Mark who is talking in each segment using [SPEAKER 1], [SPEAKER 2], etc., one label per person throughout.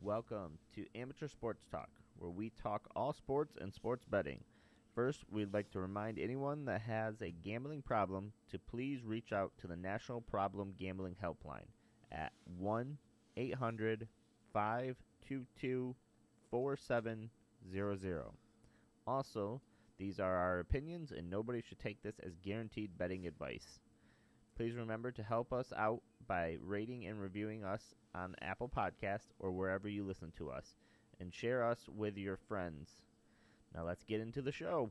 [SPEAKER 1] welcome to Amateur Sports Talk, where we talk all sports and sports betting. First, we'd like to remind anyone that has a gambling problem to please reach out to the National Problem Gambling Helpline at 1 800 522 4700. Also, these are our opinions, and nobody should take this as guaranteed betting advice. Please remember to help us out by rating and reviewing us on Apple Podcast or wherever you listen to us, and share us with your friends. Now let's get into the show.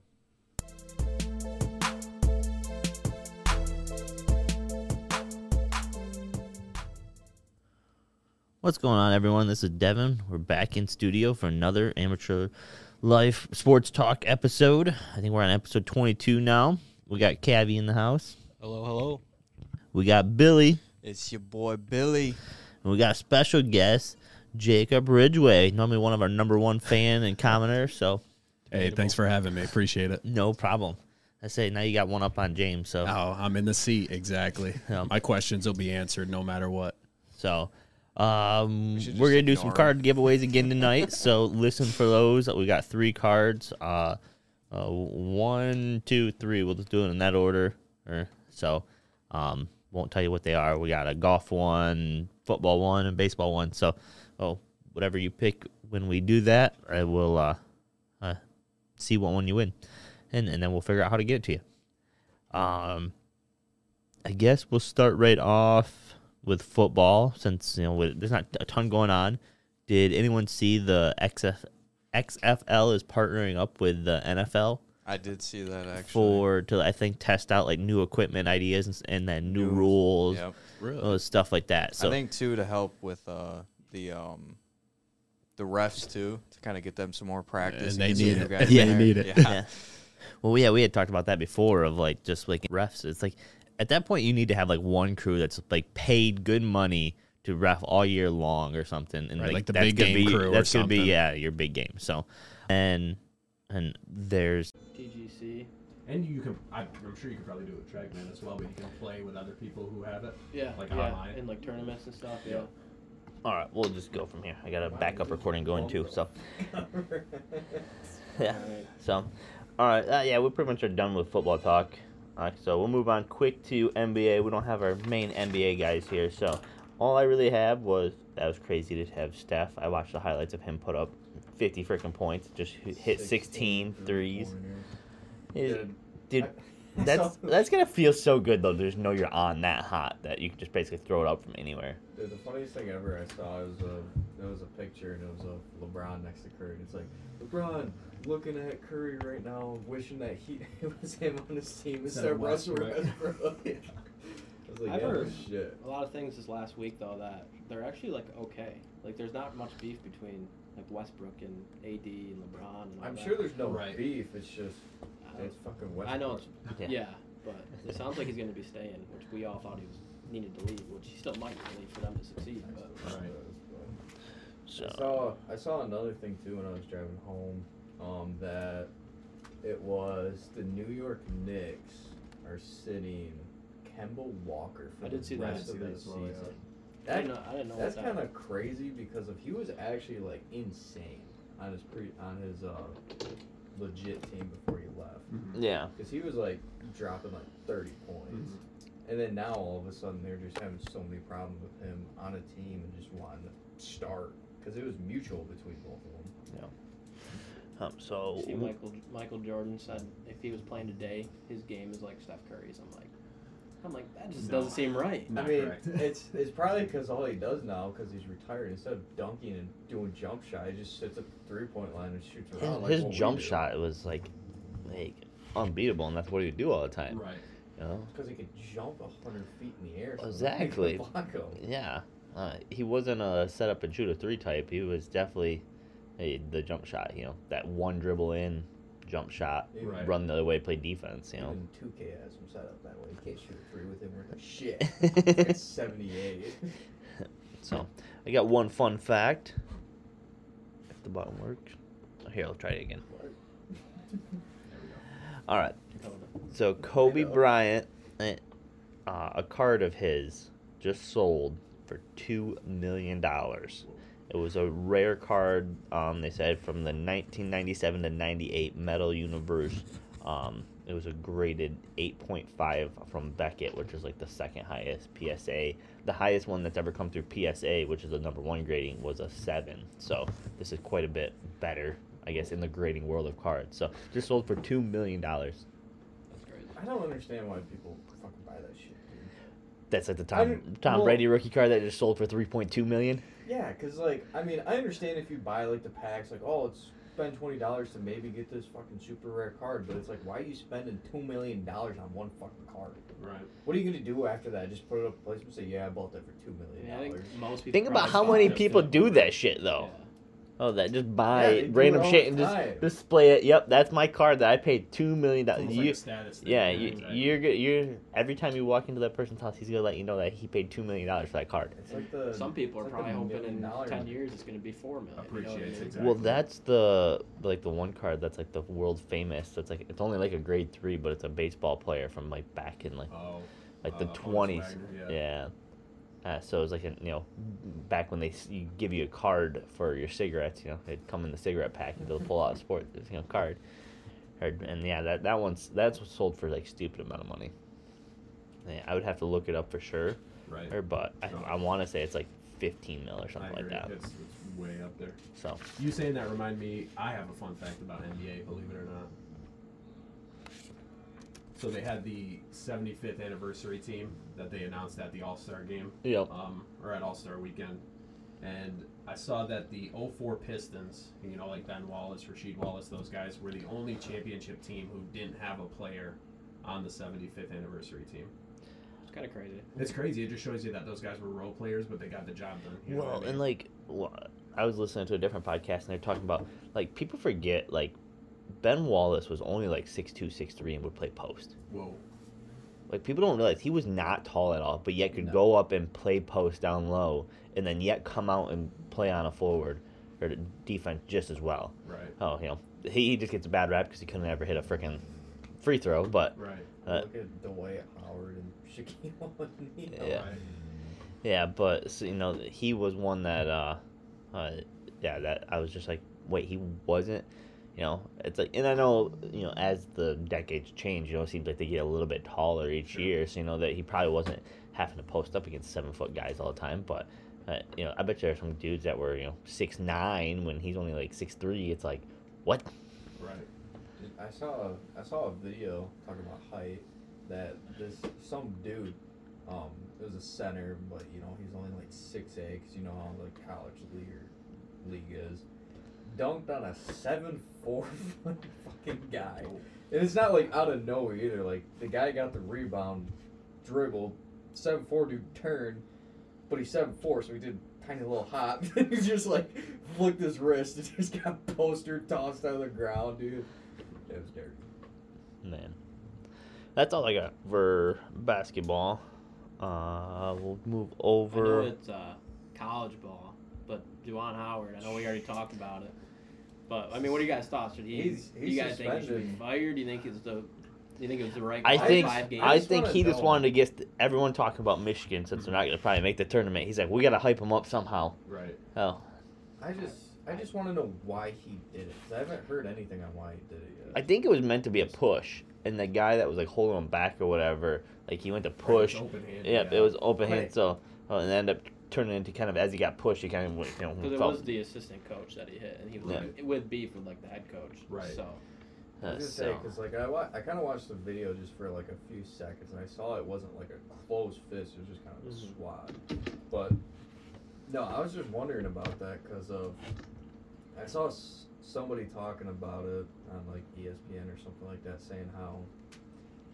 [SPEAKER 1] What's going on, everyone? This is Devin. We're back in studio for another amateur life sports talk episode. I think we're on episode 22 now. We got Cavi in the house.
[SPEAKER 2] Hello, hello.
[SPEAKER 1] We got Billy.
[SPEAKER 2] It's your boy Billy.
[SPEAKER 1] And we got special guest, Jacob Ridgeway, normally one of our number one fan and commenter. So
[SPEAKER 3] Hey, thanks for having me. Appreciate it.
[SPEAKER 1] no problem. I say now you got one up on James. So
[SPEAKER 3] Oh, I'm in the seat. Exactly.
[SPEAKER 1] Yeah.
[SPEAKER 3] My questions will be answered no matter what.
[SPEAKER 1] so um,
[SPEAKER 2] should
[SPEAKER 1] we're
[SPEAKER 2] just
[SPEAKER 1] gonna do some
[SPEAKER 2] ignore
[SPEAKER 1] card giveaways again tonight. so listen for those. We got three cards. Uh, uh, one, two, three. We'll just do it in that order. Or so. Um, won't tell you what they are. We got a golf one, football one, and baseball one. So, oh, whatever you pick when we do that, I will uh, uh, see what one you win, and and then we'll figure out how to get it to you. Um, I guess we'll start right off with football since you know with, there's not a ton going on. Did anyone see the XF, XFL is partnering up with the NFL
[SPEAKER 2] I did see that actually.
[SPEAKER 1] for to I think test out like new equipment ideas and, s- and then new,
[SPEAKER 2] New-
[SPEAKER 1] rules,
[SPEAKER 2] Yep.
[SPEAKER 3] Really?
[SPEAKER 1] uh, stuff like that. So
[SPEAKER 2] I think too to help with uh, the um, the refs too to kind of get them some more practice.
[SPEAKER 3] And they
[SPEAKER 2] get some
[SPEAKER 3] need
[SPEAKER 2] new
[SPEAKER 3] it.
[SPEAKER 2] guys
[SPEAKER 3] They
[SPEAKER 2] there.
[SPEAKER 3] need it.
[SPEAKER 2] Yeah.
[SPEAKER 1] yeah. Well, yeah, we had talked about that before of like just like refs. It's like at that point you need to have like one crew that's like paid good money to ref all year long or something, and
[SPEAKER 3] Right, like the
[SPEAKER 1] that's
[SPEAKER 3] big
[SPEAKER 1] gonna
[SPEAKER 3] game
[SPEAKER 1] be,
[SPEAKER 3] crew or
[SPEAKER 1] That's gonna be
[SPEAKER 3] something.
[SPEAKER 1] yeah your big game. So, and and there's
[SPEAKER 4] TGC.
[SPEAKER 3] And you can, I'm sure you can probably do it with Trackman as well, but you can play with other people who have it.
[SPEAKER 4] Yeah.
[SPEAKER 3] Like
[SPEAKER 4] yeah,
[SPEAKER 3] online?
[SPEAKER 4] And like tournaments and stuff. Yeah.
[SPEAKER 3] Yeah.
[SPEAKER 1] all right. We'll just go from here. I got a backup recording going too. So yeah.
[SPEAKER 4] Alright.
[SPEAKER 1] So, all right, uh, yeah, we pretty much are done with football talk. All right, so we'll move on quick to NBA. We don't have our main NBA guys here, so all I really have was that was crazy to have Steph. I watched the highlights of him put up 50 freaking points, just h- hit 16 threes. Dude, dude, that's that's gonna feel so good though. to Just know you're on that hot that you can just basically throw it up from anywhere.
[SPEAKER 5] Dude, the funniest thing ever I saw was a it was a picture and it was of LeBron next to Curry. And it's like LeBron looking at Curry right now, wishing that he it was him on his team
[SPEAKER 3] Instead
[SPEAKER 5] instead of
[SPEAKER 3] of
[SPEAKER 5] Russell
[SPEAKER 3] Westbrook.
[SPEAKER 5] Westbrook. yeah. I was like,
[SPEAKER 4] I've
[SPEAKER 5] yeah, no
[SPEAKER 4] heard-
[SPEAKER 5] shit.
[SPEAKER 4] A lot of things this last week though that they're actually like okay. Like there's not much beef between like Westbrook and AD and LeBron. And all
[SPEAKER 5] I'm
[SPEAKER 4] that.
[SPEAKER 5] sure there's no
[SPEAKER 3] Right.
[SPEAKER 5] beef. It's just
[SPEAKER 4] I don't-
[SPEAKER 5] it's fucking Westbrook.
[SPEAKER 4] I know it's
[SPEAKER 1] Yeah.
[SPEAKER 4] yeah. but it sounds like he's gonna be staying, which we all thought he was needed to leave, which he still might leave for them to succeed. But
[SPEAKER 3] Right.
[SPEAKER 1] So
[SPEAKER 5] I saw I saw another thing too when I was driving home, um, that it was the New York Knicks are sitting Kemba Walker for
[SPEAKER 4] I did
[SPEAKER 5] the
[SPEAKER 4] see that.
[SPEAKER 5] rest
[SPEAKER 3] I did see
[SPEAKER 5] of
[SPEAKER 3] that
[SPEAKER 5] the
[SPEAKER 3] as well, yeah.
[SPEAKER 5] season.
[SPEAKER 4] I
[SPEAKER 5] That-
[SPEAKER 4] didn't know. I didn't know
[SPEAKER 5] that's
[SPEAKER 4] what that
[SPEAKER 5] kind of crazy because if he was actually like insane on his pre on his uh legit team before he left,
[SPEAKER 1] yeah,
[SPEAKER 5] because he was like dropping like thirty points.
[SPEAKER 1] Mm-hmm.
[SPEAKER 5] And then now all of a sudden they're just having so many problems with him on a team and just wanting to start because it was mutual between both of them.
[SPEAKER 1] um, so
[SPEAKER 4] See, Michael Michael Jordan said if he was playing today, his game is like Steph Curry's. I'm like, I'm like that just
[SPEAKER 3] No.
[SPEAKER 4] doesn't seem right.
[SPEAKER 3] Not
[SPEAKER 5] I mean,
[SPEAKER 3] correct.
[SPEAKER 5] it's it's probably because all he does now, because he's retired, instead of dunking and doing jump shot, he just sits at the three point line and shoots
[SPEAKER 1] his,
[SPEAKER 5] around. like
[SPEAKER 1] his
[SPEAKER 5] what we
[SPEAKER 1] jump
[SPEAKER 5] do.
[SPEAKER 1] shot was like like unbeatable, and that's what he would do all the time.
[SPEAKER 3] Right.
[SPEAKER 1] You know?
[SPEAKER 5] Because he could jump a hundred feet in the air. so
[SPEAKER 1] Exactly.
[SPEAKER 5] nobody could block him.
[SPEAKER 1] Yeah, uh, he wasn't a set up and shoot a three type. He was definitely a, the jump shot. You know, that one dribble in, jump shot,
[SPEAKER 5] Even-
[SPEAKER 3] Right.
[SPEAKER 1] run the other way, play defense. You know,
[SPEAKER 5] Even 2K has him set up that way. You can't shoot a three with him. We're like, shit. It's like 78.
[SPEAKER 1] so I got one fun fact. If the bottom works, Oh, here I'll try it again. All right, so Kobe
[SPEAKER 5] Tomato.
[SPEAKER 1] Bryant, eh, uh, a card of his just sold for two million dollars It was a rare card. Um, they said from the 1997 to 98 Metal Universe. Um, it was a graded 8.5 from Beckett, which is like the second highest PSA. The highest one that's ever come through PSA, which is the number one grading, was a seven. So this is quite a bit better, I guess, in the grading world of cards. So this sold for two million dollars.
[SPEAKER 4] That's crazy.
[SPEAKER 5] I don't understand why people fucking buy that shit, dude.
[SPEAKER 1] That's like the
[SPEAKER 5] I
[SPEAKER 1] Tom
[SPEAKER 5] didn't-
[SPEAKER 1] Tom
[SPEAKER 5] well-
[SPEAKER 1] Brady rookie card that just sold for 3.2 million.
[SPEAKER 5] Yeah, cause like I mean I understand if you buy like the packs, like oh let's spend twenty dollars to maybe get this fucking super rare card, but it's like why are you spending two million dollars on one fucking card?
[SPEAKER 3] Right.
[SPEAKER 5] What are you gonna do after that? Just put it up place and say yeah I bought that for two million
[SPEAKER 4] Yeah, I
[SPEAKER 5] dollars.
[SPEAKER 4] think most people.
[SPEAKER 1] Think about
[SPEAKER 4] probably
[SPEAKER 1] how
[SPEAKER 4] thought
[SPEAKER 1] many
[SPEAKER 4] that
[SPEAKER 1] people
[SPEAKER 4] fit-
[SPEAKER 1] do that shit though.
[SPEAKER 4] Yeah.
[SPEAKER 1] Oh, that just buy
[SPEAKER 5] they do
[SPEAKER 1] random
[SPEAKER 5] it all
[SPEAKER 1] shit
[SPEAKER 5] the
[SPEAKER 1] and
[SPEAKER 5] time.
[SPEAKER 1] just display it. Yep, that's my card that I paid two million
[SPEAKER 3] It's
[SPEAKER 1] dollars.
[SPEAKER 3] almost like a status thing,
[SPEAKER 1] yeah,
[SPEAKER 3] right?
[SPEAKER 1] you,
[SPEAKER 3] Exactly.
[SPEAKER 1] you're good. You're every time you walk into that person's house, he's gonna let you know that he paid two million dollars for that card.
[SPEAKER 5] It's like the
[SPEAKER 4] Some people are
[SPEAKER 5] it's like the
[SPEAKER 4] probably hoping in
[SPEAKER 5] million-dollar
[SPEAKER 4] ten
[SPEAKER 5] one.
[SPEAKER 4] years it's going to be four million. you know what I
[SPEAKER 3] Appreciates
[SPEAKER 4] mean?
[SPEAKER 3] exactly.
[SPEAKER 1] Well, that's the like the one card that's like the world famous. That's like it's only like a grade three, but it's a baseball player from like back in like
[SPEAKER 3] Oh,
[SPEAKER 1] like the
[SPEAKER 3] uh, Honus
[SPEAKER 1] twenties.
[SPEAKER 3] Wagner, yeah.
[SPEAKER 1] yeah. Uh, so it's like a, you know, back when they s- you give you a card for your cigarettes, you know, it'd come in the cigarette pack. They'll pull out a sport, you know, card. Or- And yeah, that that one's that's sold for like stupid amount of money. Yeah, I would have to look it up for sure,
[SPEAKER 3] right.
[SPEAKER 1] or but I,
[SPEAKER 3] No.
[SPEAKER 1] I want to say it's like fifteen mil or something
[SPEAKER 3] I
[SPEAKER 1] like
[SPEAKER 3] agree.
[SPEAKER 1] that.
[SPEAKER 3] It's, it's way up there.
[SPEAKER 1] So
[SPEAKER 3] You saying that remind me. I have a fun fact about NBA, believe it or not. So they had the 75th anniversary team that they announced at the All Star game,
[SPEAKER 1] yep,
[SPEAKER 3] um, or at All Star weekend, and I saw that the 04 Pistons, you know, like Ben Wallace, Rasheed Wallace, those guys were the only championship team who didn't have a player on the 75th anniversary team.
[SPEAKER 4] It's kind of crazy.
[SPEAKER 3] It's crazy. It just shows you that those guys were role players, but they got the job done. You know what
[SPEAKER 1] Well,
[SPEAKER 3] I mean?
[SPEAKER 1] and like, well, I was listening to a different podcast, and they're talking about like people forget like Ben Wallace was only like six two, six three, and would play post.
[SPEAKER 3] whoa,
[SPEAKER 1] Like people don't realize he was not tall at all, but yet could
[SPEAKER 5] No.
[SPEAKER 1] go up and play post down low, and then yet come out and play on a forward or defense just as well.
[SPEAKER 3] right,
[SPEAKER 1] Oh, you know, he, he just gets a bad rap because he couldn't ever hit a freaking free throw, but
[SPEAKER 3] right,
[SPEAKER 1] uh,
[SPEAKER 5] Look at Dwight Howard and Shaquille O'Neal.
[SPEAKER 1] Yeah.
[SPEAKER 3] right.
[SPEAKER 1] Yeah, but so, you know he was one that, uh, uh, yeah, that I was just like, wait, he wasn't, you know. It's like, and I know you know as the decades change, you know, it seems like they get a little bit taller each
[SPEAKER 3] Sure.
[SPEAKER 1] year, so you know that he probably wasn't having to post up against seven foot guys all the time, but. Uh, you know, I bet there are some dudes that were you know six nine when he's only like six three. It's like, what?
[SPEAKER 3] Right.
[SPEAKER 5] I saw I saw a video talking about height that this some dude um it was a center but you know he's only like six eight because you know how like college league league is dunked on a seven four foot fucking guy and it's not like out of nowhere either like the guy got the rebound dribbled seven four dude turned but he's seven four so he did a tiny little hop and he just like flicked his wrist and just got poster tossed out of the ground dude. It was dirty.
[SPEAKER 1] Man, that's all I got for basketball. Uh, we'll move
[SPEAKER 4] I know
[SPEAKER 1] over.
[SPEAKER 4] it's uh, college ball, but Juwan Howard. I know we already talked about it, but I mean, what do you guys thoughts? Should he?
[SPEAKER 5] He's-
[SPEAKER 4] do you
[SPEAKER 5] he's
[SPEAKER 4] guys think he should
[SPEAKER 5] suspended.
[SPEAKER 4] be fired? Do you think it's the? Do you think it was the right?
[SPEAKER 1] I
[SPEAKER 4] call?
[SPEAKER 1] think
[SPEAKER 4] five games.
[SPEAKER 1] I
[SPEAKER 5] just
[SPEAKER 1] think
[SPEAKER 5] wanna
[SPEAKER 1] he just
[SPEAKER 5] know.
[SPEAKER 1] wanted to get th- everyone talking about Michigan since they're not going to probably make the tournament. He's like, we got to hype him up somehow.
[SPEAKER 3] Right.
[SPEAKER 1] Oh,
[SPEAKER 5] I just I just want to know why he did it. 'cause I haven't heard anything on why he did it yet.
[SPEAKER 1] I think it was meant to be a push, and the guy that was like holding him back or whatever, like he went to push.
[SPEAKER 3] Open-handed,
[SPEAKER 1] Yep, it was open hand,
[SPEAKER 5] Right.
[SPEAKER 1] so uh, and it ended up turning into kind of as he got pushed, he kind of went, you know
[SPEAKER 4] Because it
[SPEAKER 1] felt-
[SPEAKER 4] was the assistant coach that he hit, and he was
[SPEAKER 1] Yeah.
[SPEAKER 4] like, with beef with like the head coach.
[SPEAKER 3] Right.
[SPEAKER 4] So
[SPEAKER 5] I
[SPEAKER 1] uh,
[SPEAKER 5] was gonna say
[SPEAKER 1] so.
[SPEAKER 5] because like I wa- I kind of watched the video just for like a few seconds and I saw it wasn't like a closed fist. It was just kind of a
[SPEAKER 4] Mhm.
[SPEAKER 5] swat. But no, I was just wondering about that because of I saw s- somebody talking about it on like ESPN or something like that, saying how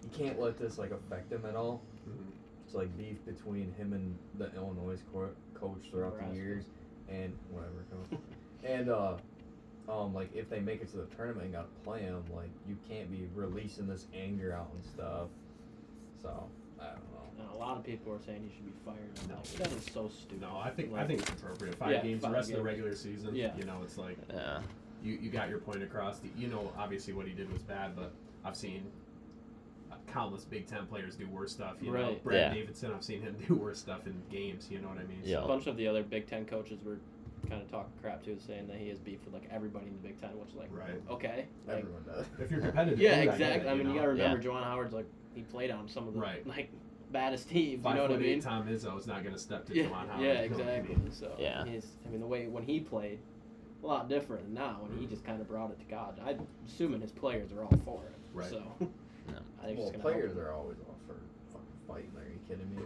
[SPEAKER 5] you can't let this like affect him at all.
[SPEAKER 3] Mhm.
[SPEAKER 5] It's like beef between him and the Illinois co- coach throughout the
[SPEAKER 4] Nebraska.
[SPEAKER 5] years, and whatever. coach. and uh, um, like if they make it to the tournament and got to play him, like you can't be releasing this anger out and stuff. So I don't know.
[SPEAKER 4] and a lot of people are saying he should be fired. I'm
[SPEAKER 3] No.
[SPEAKER 4] like, that is so stupid.
[SPEAKER 3] No, I think I
[SPEAKER 4] Like,
[SPEAKER 3] think it's appropriate. Five
[SPEAKER 4] Yeah,
[SPEAKER 3] games,
[SPEAKER 4] five
[SPEAKER 3] the rest of
[SPEAKER 4] games.
[SPEAKER 3] the regular season.
[SPEAKER 4] Yeah.
[SPEAKER 3] You know, it's like
[SPEAKER 1] Yeah.
[SPEAKER 3] you, you got your point across. The, you know, obviously what he did was bad, but I've seen uh, countless Big Ten players do worse stuff. You know,
[SPEAKER 4] Right.
[SPEAKER 3] Brad
[SPEAKER 1] Yeah.
[SPEAKER 3] Davidson, I've seen him do worse stuff in games. You know what I mean?
[SPEAKER 1] Yeah.
[SPEAKER 4] A bunch of the other Big Ten coaches were kind of talking crap too, saying that he has beef with like everybody in the Big Ten, which is like
[SPEAKER 3] Right.
[SPEAKER 4] okay, like,
[SPEAKER 2] Everyone does.
[SPEAKER 3] If you're competitive,
[SPEAKER 4] yeah,
[SPEAKER 3] you gotta get
[SPEAKER 4] exactly.
[SPEAKER 3] it,
[SPEAKER 4] I mean, you
[SPEAKER 3] know?
[SPEAKER 4] gotta remember, Juwan Howard's like he played on some of the
[SPEAKER 3] Right.
[SPEAKER 4] like baddest teams.
[SPEAKER 3] Five
[SPEAKER 4] you know what I
[SPEAKER 3] foot eight
[SPEAKER 4] mean?
[SPEAKER 3] Tom Izzo is not going to step to
[SPEAKER 4] yeah,
[SPEAKER 3] Juwan Howard.
[SPEAKER 4] yeah,
[SPEAKER 3] you know what I
[SPEAKER 4] exactly.
[SPEAKER 3] mean?
[SPEAKER 4] So
[SPEAKER 1] Yeah.
[SPEAKER 4] his, I mean, the way when he played, a lot different than now when he just kind of brought it to God. I'm assuming his players are all for it.
[SPEAKER 3] Right.
[SPEAKER 4] So
[SPEAKER 1] Yeah.
[SPEAKER 4] I think
[SPEAKER 2] well,
[SPEAKER 4] it's gonna help
[SPEAKER 2] players
[SPEAKER 4] him.
[SPEAKER 2] are always off for fucking fighting. Are you kidding me?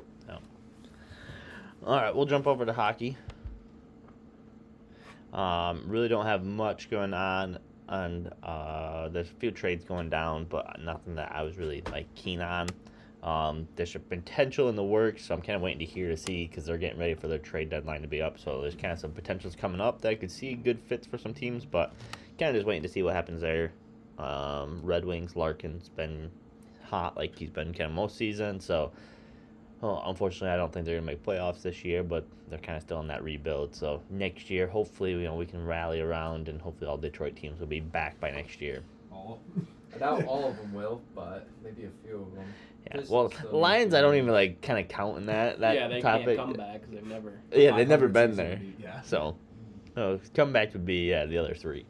[SPEAKER 1] All right, we'll jump over to hockey. Um, really don't have much going on, and uh, there's a few trades going down, but nothing that I was really like keen on. Um, there's a potential in the works, so I'm kind of waiting to hear to see because they're getting ready for their trade deadline to be up. So there's kind of some potentials coming up that I could see good fits for some teams, but kind of just waiting to see what happens there. Um, Red Wings Larkin's been hot like he's been kind of most season, so well, unfortunately, I don't think they're gonna make playoffs this year, but they're kind of still in that rebuild. So next year, hopefully, you know, we can rally around, and hopefully, all Detroit teams will be back by next year.
[SPEAKER 3] All.
[SPEAKER 2] I doubt all of them will, but maybe a few of them.
[SPEAKER 1] Yeah.
[SPEAKER 2] Pistons
[SPEAKER 1] Well,
[SPEAKER 2] still need
[SPEAKER 1] Lions,
[SPEAKER 2] to
[SPEAKER 1] I don't
[SPEAKER 2] win.
[SPEAKER 1] even like kind of count in that that
[SPEAKER 4] yeah, they
[SPEAKER 1] topic.
[SPEAKER 4] can't come back 'cause they've never.
[SPEAKER 1] Yeah, they've never
[SPEAKER 3] 500
[SPEAKER 1] been
[SPEAKER 3] season
[SPEAKER 1] there.
[SPEAKER 3] would be- Yeah.
[SPEAKER 1] So, oh, comeback would be yeah the other three.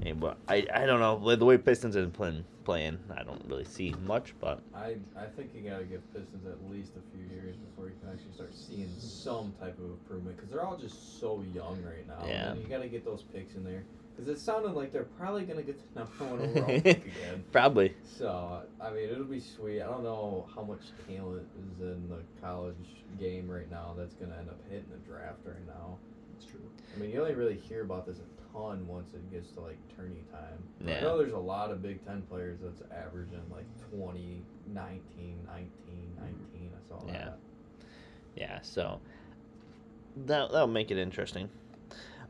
[SPEAKER 1] Yeah, but I, I don't know with the way Pistons have been playing, I don't really see much. But
[SPEAKER 2] I, I think you gotta give Pistons at least a few years before you can actually start seeing some type of improvement because they're all just so young right now.
[SPEAKER 1] Yeah.
[SPEAKER 2] And you gotta get those picks in there because it sounded like they're probably gonna get the number one overall pick again.
[SPEAKER 1] probably
[SPEAKER 2] So I mean, it'll be sweet. I don't know how much talent is in the college game right now that's gonna end up hitting the draft right now.
[SPEAKER 3] That's true.
[SPEAKER 2] I mean, you only really hear about this a ton once it gets to like tourney time. I
[SPEAKER 1] Yeah.
[SPEAKER 2] know there's a lot of Big Ten players that's averaging like 20, 19, 19, 19. I saw
[SPEAKER 1] Yeah.
[SPEAKER 2] that.
[SPEAKER 1] Yeah, so that that'll make it interesting.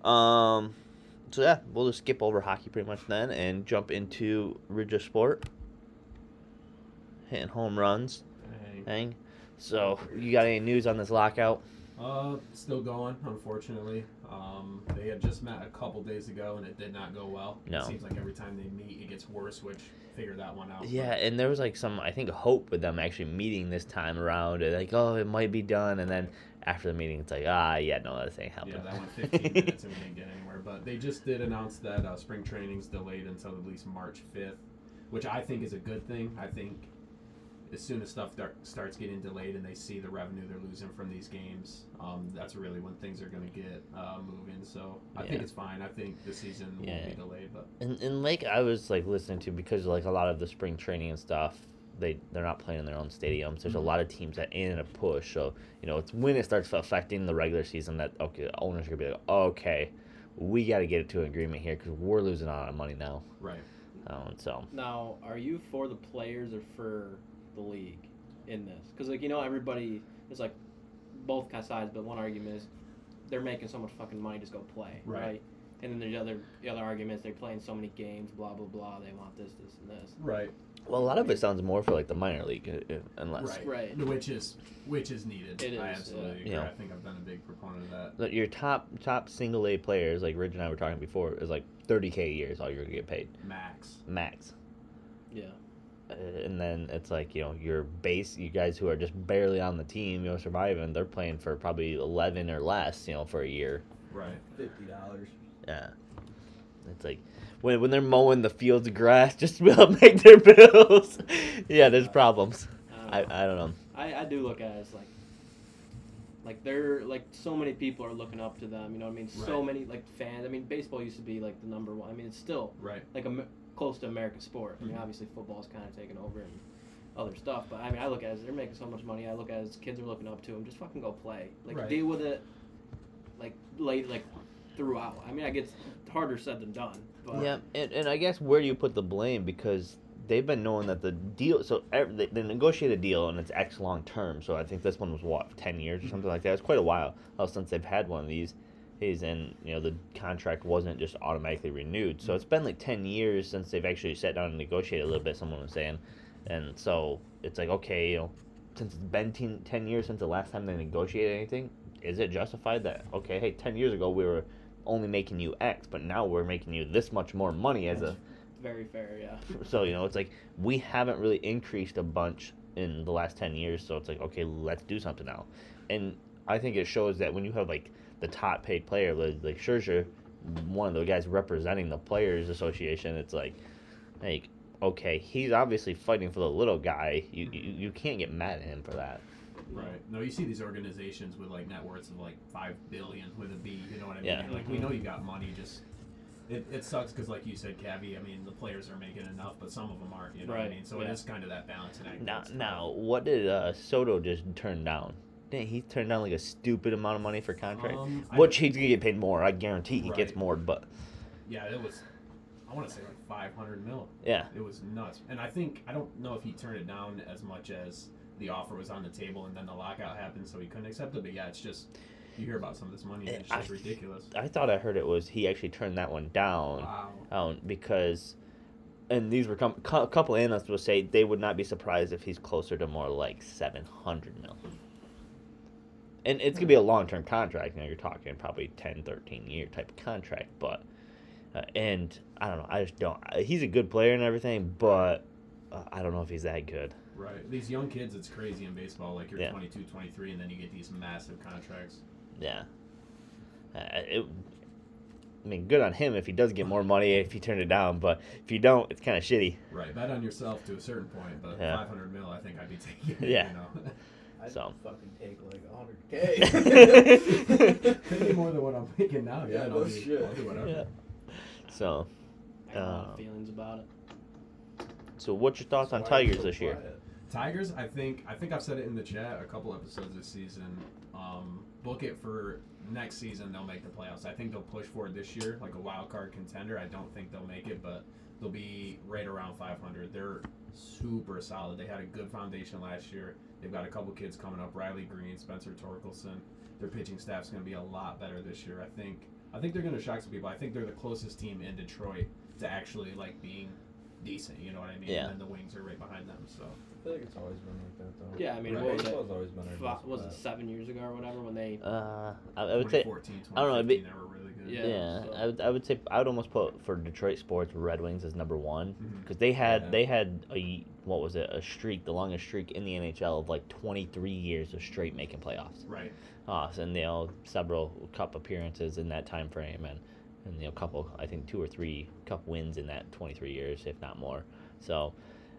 [SPEAKER 1] Um, so yeah, we'll just skip over hockey pretty much then and jump into Ridge of Sport, hitting home runs
[SPEAKER 3] Dang.
[SPEAKER 1] thing. So you got any news on this lockout?
[SPEAKER 3] Uh, still going, unfortunately. Um, they had just met a couple days ago, and it did not go well.
[SPEAKER 1] No.
[SPEAKER 3] It seems like every time they meet, it gets worse. Which figure that one out.
[SPEAKER 1] Yeah, and there was like some I think hope with them actually meeting this time around. and, Like oh, it might be done, and then after the meeting, it's like ah, yeah, no, this ain't happening.
[SPEAKER 3] Yeah, that went 15 minutes and we didn't get anywhere. But they just did announce that uh, spring training's delayed until at least March 5th, which I think is a good thing. I think as soon as stuff dar- starts getting delayed and they see the revenue they're losing from these games, um, that's really when things are going to get uh, moving. So I
[SPEAKER 1] Yeah.
[SPEAKER 3] think it's fine. I think the season won't
[SPEAKER 1] Yeah.
[SPEAKER 3] be delayed, but
[SPEAKER 1] And, and like I was like listening to because like a lot of the spring training and stuff, they they're not playing in their own stadiums. There's a lot of teams that ain't in a push. So you know it's when it starts affecting the regular season that okay owners are gonna be like okay, we got to get it to an agreement here because we're losing a lot of money now.
[SPEAKER 3] right.
[SPEAKER 1] Um, so
[SPEAKER 4] Now, are you for the players or for the league in this? Because like you know, everybody is like both kinda sides, but one argument is they're making so much fucking money, just go play,
[SPEAKER 3] Right.
[SPEAKER 4] right? And then there's the other the other argument is they're playing so many games, blah blah blah. They want this, this, and this.
[SPEAKER 3] Right.
[SPEAKER 1] well a lot of it sounds more for like the minor league uh, uh, unless
[SPEAKER 3] Right.
[SPEAKER 4] Right.
[SPEAKER 3] Which is which is needed.
[SPEAKER 4] It
[SPEAKER 3] I
[SPEAKER 4] is,
[SPEAKER 3] absolutely agree.
[SPEAKER 1] Yeah.
[SPEAKER 3] I think I've been a big proponent of that.
[SPEAKER 1] Like, your top top single A players like Ridge and I were talking before is like thirty k a year is all you're gonna get paid
[SPEAKER 3] Max.
[SPEAKER 1] max.
[SPEAKER 4] Yeah.
[SPEAKER 1] Uh, and then it's like you know your base you guys who are just barely on the team you know surviving they're playing for probably 11 or less you know for a year
[SPEAKER 3] Right.
[SPEAKER 2] Fifty dollars.
[SPEAKER 1] yeah it's like when, when they're mowing the fields of grass just to be able to make their bills yeah there's problems
[SPEAKER 4] I,
[SPEAKER 1] i, uh,
[SPEAKER 4] don't know.
[SPEAKER 1] I don't know
[SPEAKER 4] Um, I, I do look at it as like like they're like so many people are looking up to them. You know what I mean? So
[SPEAKER 3] Right.
[SPEAKER 4] many like fans. I mean, baseball used to be like the number one. I mean, it's still
[SPEAKER 3] Right.
[SPEAKER 4] like a close to American sport. I mean,
[SPEAKER 3] Mhm.
[SPEAKER 4] obviously football's kind of taken over and other stuff, but I mean, I look at it as they're making so much money. I look at it as kids are looking up to them. Just fucking go play. Like
[SPEAKER 3] Right.
[SPEAKER 4] deal with it. Like late, like throughout. I mean, I get it's harder said than done. But
[SPEAKER 1] yeah and, and i guess where do you put the blame because they've been knowing that the deal so ev- they, they negotiate a deal and it's x long term so i think this one was what 10 years or something like that it's quite a while uh, since they've had one of these is and you know the contract wasn't just automatically renewed so it's been like 10 years since they've actually sat down and negotiated a little bit someone was saying and so it's like okay you know since it's been 10, 10 years since the last time they negotiated anything is it justified that okay hey 10 years ago we were only making you x but now we're making you this much more money as a
[SPEAKER 4] very fair, yeah.
[SPEAKER 1] so you know it's like we haven't really increased a bunch in the last 10 years so it's like okay let's do something now and i think it shows that when you have like the top paid player, like, like Scherzer, one of the guys representing the Players Association. It's like, like okay, he's obviously fighting for the little guy. You you, you can't get mad at him for that.
[SPEAKER 3] Right. No, you see these organizations with like net worths of like five billion with a B. You know what I mean?
[SPEAKER 1] Yeah.
[SPEAKER 3] Like we know you got money. Just it, it sucks because like you said, Cavi. I mean, the players are making enough, but some of them aren't. You know what I
[SPEAKER 4] Right,
[SPEAKER 3] mean? So
[SPEAKER 4] yeah.
[SPEAKER 3] it is kind of that balancing act.
[SPEAKER 1] Now,
[SPEAKER 3] It's tough.
[SPEAKER 1] now what did uh, Soto just turn down? Didn't he turn down like a stupid amount of money for contract?
[SPEAKER 3] Um, I-
[SPEAKER 1] Which he's gonna get paid more. I guarantee he gets
[SPEAKER 3] Right.
[SPEAKER 1] more. But
[SPEAKER 3] Yeah, it was. I want to say like five hundred mil.
[SPEAKER 1] yeah,
[SPEAKER 3] It was nuts. And I think I don't know if he turned it down as much as the offer was on the table, and then the lockout happened, so he couldn't accept it. But yeah, it's just you hear about some of this money, and it's
[SPEAKER 1] I-
[SPEAKER 3] just ridiculous.
[SPEAKER 1] I thought I heard it was he actually turned that one down.
[SPEAKER 3] Wow.
[SPEAKER 1] Um, because, and these were com- co- a couple analysts will say they would not be surprised if he's closer to more like seven hundred mil. And it's gonna be a long term contract. You know, you're talking probably 10, 13 year type of contract. But, uh, and I don't know. I just don't. I- He's a good player and everything, but uh, I don't know if he's that good.
[SPEAKER 3] Right. These young kids, it's crazy in baseball. Like you're
[SPEAKER 1] Yeah.
[SPEAKER 3] twenty two, twenty three, 22, 23, and then you get these massive contracts.
[SPEAKER 1] Yeah. Uh, it, I mean, good on him if he does get more money if he turned it down. But if you don't, it's kind of shitty.
[SPEAKER 3] Right. Bet on yourself to a certain point, but
[SPEAKER 1] Yeah.
[SPEAKER 3] 500 mil, I think I'd be taking it.
[SPEAKER 1] Yeah.
[SPEAKER 3] You know?
[SPEAKER 5] I'd
[SPEAKER 1] So.
[SPEAKER 5] fucking take like 100k.
[SPEAKER 3] Could be more than what I'm making now.
[SPEAKER 5] Yeah,
[SPEAKER 3] Yeah,
[SPEAKER 5] no
[SPEAKER 3] I'll, do-
[SPEAKER 5] shit.
[SPEAKER 3] I'll do whatever.
[SPEAKER 1] Yeah. So.
[SPEAKER 4] I got a lot
[SPEAKER 1] Uh,
[SPEAKER 4] of feelings about it.
[SPEAKER 1] So what's your thoughts on
[SPEAKER 5] Why are you
[SPEAKER 1] Tigers
[SPEAKER 5] so
[SPEAKER 1] this year?
[SPEAKER 5] quiet?
[SPEAKER 3] Tigers, I think I think I've said it in the chat a couple episodes this season. Um, book it for next season. They'll make the playoffs. I think they'll push for it this year, like a wild card contender. I don't think they'll make it, but they'll be right around 500. They're super solid. They had a good foundation last year. They've got a couple kids coming up: Riley Green, Spencer Torkelson. Their pitching staff's going to be a lot better this year. I think. I think they're going to shock some people. I think they're the closest team in Detroit to actually like being decent. You know what I mean?
[SPEAKER 1] Yeah.
[SPEAKER 3] And then the Wings are right behind them. So.
[SPEAKER 5] I feel like it's always been like that though.
[SPEAKER 4] Yeah, I mean,
[SPEAKER 3] Right.
[SPEAKER 4] what was it?
[SPEAKER 5] Baseball's always been our
[SPEAKER 4] Fi-
[SPEAKER 5] best
[SPEAKER 4] was it
[SPEAKER 5] bet.
[SPEAKER 4] seven years ago or whatever when they?
[SPEAKER 1] Uh, I, I would say,
[SPEAKER 3] 2014,
[SPEAKER 1] I don't know, it'd be-
[SPEAKER 3] 2015, They were really good.
[SPEAKER 1] yeah,
[SPEAKER 4] Yeah, so-
[SPEAKER 1] I, would, I would say I would almost put for Detroit sports Red Wings as number one
[SPEAKER 3] Mhm.
[SPEAKER 1] because they had
[SPEAKER 5] Yeah.
[SPEAKER 1] they had a what was it a streak the longest streak in the NHL of like twenty three years of straight making playoffs.
[SPEAKER 3] Right.
[SPEAKER 1] Uh, and you know several cup appearances in that time frame and and you know couple I think two or three cup wins in that twenty three years if not more. So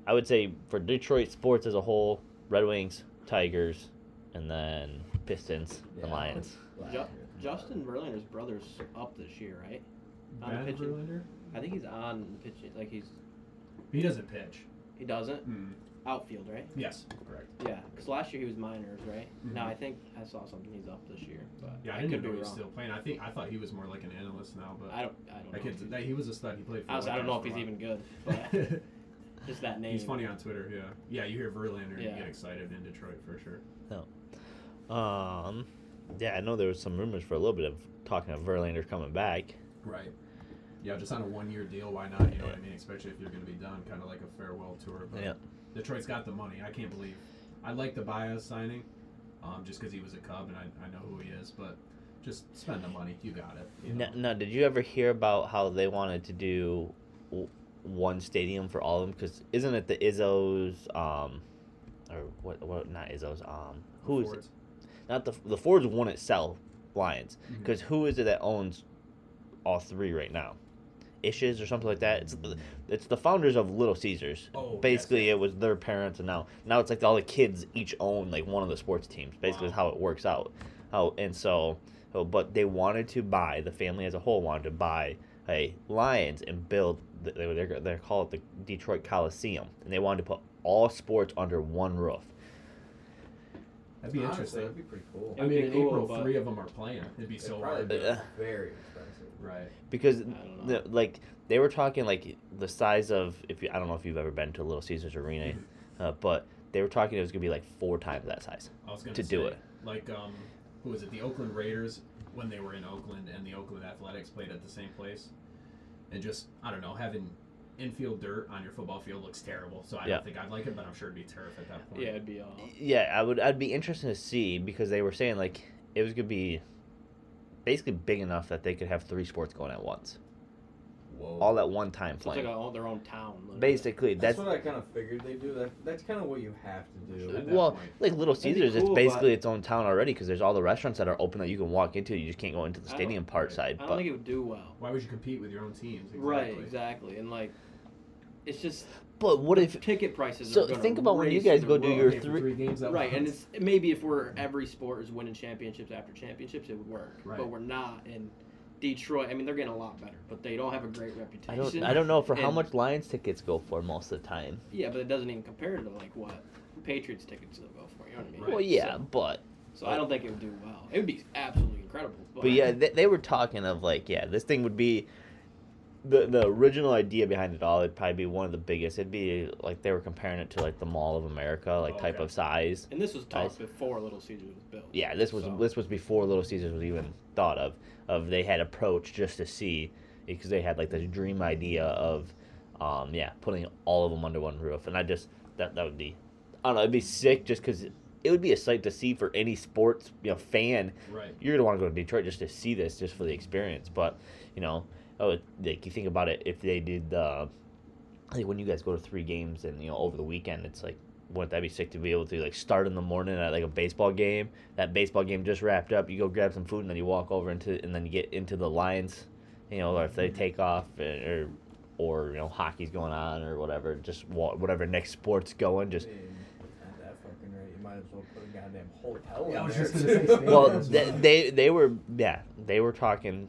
[SPEAKER 1] I would say for Detroit sports as a whole, Red Wings, Tigers, and then Pistons, and
[SPEAKER 5] Yeah.
[SPEAKER 1] Lions.
[SPEAKER 5] Last
[SPEAKER 4] Ju-
[SPEAKER 5] year.
[SPEAKER 4] Justin Verlander's brother's up this year, right? On the
[SPEAKER 3] Ben
[SPEAKER 4] pitching?
[SPEAKER 3] Verlander?
[SPEAKER 4] I think he's on the pitch. Like he's
[SPEAKER 3] He doesn't pitch.
[SPEAKER 4] he doesn't
[SPEAKER 3] Mm.
[SPEAKER 4] outfield, right?
[SPEAKER 3] Yes, correct.
[SPEAKER 4] Yeah, because last year he was minors, right? Now
[SPEAKER 1] Mm-hmm.
[SPEAKER 3] Mhm.
[SPEAKER 4] I think I saw something he's up this year, but
[SPEAKER 3] Yeah, I,
[SPEAKER 4] I,
[SPEAKER 3] didn't
[SPEAKER 4] could
[SPEAKER 3] know
[SPEAKER 4] be
[SPEAKER 3] he was
[SPEAKER 4] wrong.
[SPEAKER 3] still playing. I think I thought he was more like an analyst now, but
[SPEAKER 4] I don't. I don't know.
[SPEAKER 3] that
[SPEAKER 4] if
[SPEAKER 3] kid,
[SPEAKER 4] he's-
[SPEAKER 3] that, he was a stud. He played. For
[SPEAKER 4] honestly, I don't know if
[SPEAKER 3] Whitecaps
[SPEAKER 4] he's even good,
[SPEAKER 3] for a
[SPEAKER 4] but
[SPEAKER 3] while.
[SPEAKER 4] just that name.
[SPEAKER 3] he's funny on Twitter. Yeah, yeah. You hear Verlander, you
[SPEAKER 4] Yeah.
[SPEAKER 3] get excited in Detroit for sure.
[SPEAKER 1] Um, yeah, I know there was some rumors for a little bit of talking of Verlander coming back.
[SPEAKER 3] Right. Yeah, just on a one-year deal, why not? You know what I mean? Especially if you're going to be done, kind of like a farewell tour. But
[SPEAKER 1] Yeah.
[SPEAKER 3] Detroit's got the money. I can't believe. I like the Baez signing, um, just because he was a Cub and I, I know who he is. But just spend the money. You got it. You know?
[SPEAKER 1] No, no, did you ever hear about how they wanted to do w- one stadium for all of them? Because isn't it the Izzo's, um, or what? What? Not Izzo's. Um, who is it?
[SPEAKER 3] Fords.
[SPEAKER 1] Not the the Fords won't itself Lions.
[SPEAKER 3] Mhm.
[SPEAKER 1] Because is it that owns all three right now? Ishes or something like that. It's it's the founders of Little Caesars.
[SPEAKER 3] Oh, yes.
[SPEAKER 1] Basically, it was their parents, and now now it's like all the kids each own like one of the sports teams. Basically, is
[SPEAKER 3] Wow.
[SPEAKER 1] how it works out. How and so, oh, but they wanted to buy the family as a whole wanted to buy a Lions and build. the- They were they're, they're called the Detroit Coliseum, and they wanted to put all sports under one roof.
[SPEAKER 3] That'd be
[SPEAKER 5] Honestly,
[SPEAKER 3] interesting.
[SPEAKER 5] That'd be pretty cool.
[SPEAKER 4] It
[SPEAKER 3] I
[SPEAKER 4] would
[SPEAKER 3] mean,
[SPEAKER 4] be
[SPEAKER 3] in
[SPEAKER 4] cool,
[SPEAKER 3] April,
[SPEAKER 4] but-
[SPEAKER 3] three of them are playing. It'd be
[SPEAKER 5] It'd
[SPEAKER 3] so
[SPEAKER 5] probably
[SPEAKER 3] hard.
[SPEAKER 5] be
[SPEAKER 1] Ugh.
[SPEAKER 5] very expensive.
[SPEAKER 3] Right.
[SPEAKER 1] because
[SPEAKER 4] don't
[SPEAKER 1] the,
[SPEAKER 4] know.
[SPEAKER 1] like they were talking like the size of if you, I don't know if you've ever been to Little Caesars Arena,
[SPEAKER 3] Mm-hmm.
[SPEAKER 1] uh, but they were talking it was gonna be like four times that size.
[SPEAKER 3] I was gonna
[SPEAKER 1] to do
[SPEAKER 3] say,
[SPEAKER 1] it.
[SPEAKER 3] Like, um, who was it? The Oakland Raiders when they were in Oakland and the Oakland Athletics played at the same place, and just I don't know having infield dirt on your football field looks terrible. So I
[SPEAKER 1] Yeah.
[SPEAKER 3] don't think I'd like it, but I'm sure it'd be terrific at that point.
[SPEAKER 4] Yeah, it'd be all.
[SPEAKER 1] Yeah, I would. I'd be interested to see because they were saying like it was gonna be basically big enough that they could have three sports going at once.
[SPEAKER 5] Whoa.
[SPEAKER 1] all at one time
[SPEAKER 4] It's like
[SPEAKER 1] playing.
[SPEAKER 4] a, own- their own town. literally.
[SPEAKER 1] Basically,
[SPEAKER 5] that's,
[SPEAKER 1] that's
[SPEAKER 5] what I kind of figured they do. That that's kind of what you have to do.
[SPEAKER 3] Should
[SPEAKER 5] at
[SPEAKER 3] I-
[SPEAKER 5] that
[SPEAKER 1] well,
[SPEAKER 5] point.
[SPEAKER 1] like Little
[SPEAKER 4] That'd be
[SPEAKER 1] Caesars,
[SPEAKER 4] cool,
[SPEAKER 1] it's basically
[SPEAKER 4] but-
[SPEAKER 1] its own town already because there's all the restaurants that are open that you can walk into. You just can't go into the
[SPEAKER 4] I don't-
[SPEAKER 1] stadium part
[SPEAKER 3] right.
[SPEAKER 1] side.
[SPEAKER 4] I don't
[SPEAKER 1] but
[SPEAKER 4] think it would do well.
[SPEAKER 3] Why would you compete with your own teams?
[SPEAKER 4] Right, exactly, and like, it's just
[SPEAKER 1] but what if
[SPEAKER 4] ticket prices.
[SPEAKER 1] So
[SPEAKER 4] are gonna
[SPEAKER 1] think about when you
[SPEAKER 4] raise
[SPEAKER 1] guys
[SPEAKER 4] through
[SPEAKER 1] go do
[SPEAKER 4] the roof.
[SPEAKER 1] your
[SPEAKER 3] Pay for
[SPEAKER 1] three-
[SPEAKER 3] three games that
[SPEAKER 4] right, and
[SPEAKER 3] once.
[SPEAKER 4] it's maybe if we're every sport is winning championships after championships, it would work.
[SPEAKER 3] Right.
[SPEAKER 4] But we're not in Detroit. I mean, they're getting a lot better, but they don't have a great reputation.
[SPEAKER 1] I don't I don't know for how
[SPEAKER 4] And-
[SPEAKER 1] much Lions tickets go for most of the time.
[SPEAKER 4] Yeah, but it doesn't even compare to like what Patriots tickets will go for. You know what I mean?
[SPEAKER 3] Right.
[SPEAKER 1] Well, yeah,
[SPEAKER 4] So,
[SPEAKER 1] but
[SPEAKER 4] so I don't think it would do well. It would be absolutely incredible. But,
[SPEAKER 1] But yeah, they, they were talking of like, yeah, this thing would be the the original idea behind it all. It'd probably be one of the biggest. It'd be like they were comparing it to like the Mall of America,
[SPEAKER 4] Oh,
[SPEAKER 1] like type
[SPEAKER 3] Okay.
[SPEAKER 1] of size.
[SPEAKER 4] and this was
[SPEAKER 1] Nice.
[SPEAKER 4] talked before Little Caesars was built.
[SPEAKER 1] Yeah, this was
[SPEAKER 4] So-
[SPEAKER 1] this was before Little Caesars was even thought of. Of they had approached just to see because they had like this dream idea of, um, yeah, putting all of them under one roof. And I just that that would be, I don't know, it'd be sick just because it would be a sight to see for any sports you know fan
[SPEAKER 3] right.
[SPEAKER 1] you're gonna want to go to Detroit just to see this, just for the experience. But you know, oh, like you think about it, if they did the, like when you guys go to three games and you know over the weekend, it's like, wouldn't that be sick to be able to like start in the morning at like a baseball game? That baseball game just wrapped up. You go grab some food and then you walk over into and then you get into the Lions, you know, or if they take off uh, or. Or you know hockey's going on or whatever, just wa- whatever next sport's going, just
[SPEAKER 5] I mean, not that fucking right. You might as well put a goddamn hotel.
[SPEAKER 3] Yeah, I
[SPEAKER 5] in
[SPEAKER 3] was
[SPEAKER 5] there,
[SPEAKER 3] just gonna
[SPEAKER 5] too.
[SPEAKER 3] say,
[SPEAKER 1] well, they,
[SPEAKER 3] stay Yeah.
[SPEAKER 1] they they were yeah they were talking,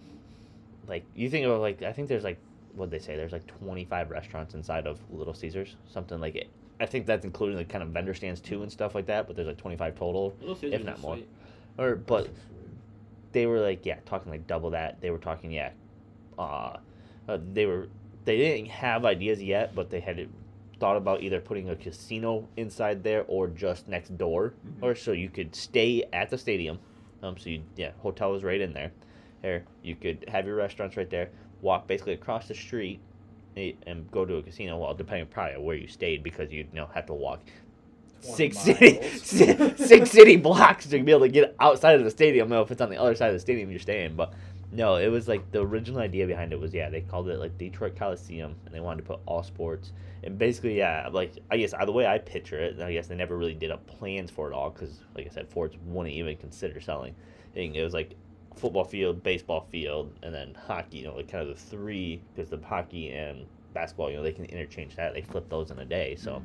[SPEAKER 1] like you think of like I think there's like what they say there's like 25 restaurants inside of Little Caesars something like it. I think that's including like kind of vendor stands too and stuff like that. But there's like 25 total,
[SPEAKER 4] Little Caesars
[SPEAKER 1] if not
[SPEAKER 4] is
[SPEAKER 1] more.
[SPEAKER 4] sweet.
[SPEAKER 1] Or but they were like yeah talking like double that. They were talking yeah, uh, uh they were they didn't have ideas yet, but they had thought about either putting a casino inside there or just next door or so you could stay at the stadium. Um, so you, yeah, hotel was right in there. There, you could have your restaurants right there. Walk basically across the street, and, and go to a casino. Well, depending probably on where you stayed because you'd you know have to walk
[SPEAKER 5] 20
[SPEAKER 1] six
[SPEAKER 5] miles.
[SPEAKER 1] city six city blocks to be able to get outside of the stadium. Though if it's on the other side of the stadium, you're staying. But no, it was like the original idea behind it was yeah they called it like Detroit Coliseum and they wanted to put all sports and basically yeah like I guess uh, the way I picture it I guess they never really did up plans for it all because like I said Ford's wouldn't even consider selling. Thing it was like football field, baseball field, and then hockey. You know like kind of the three because the hockey and basketball you know they can interchange that they flip those in a day so.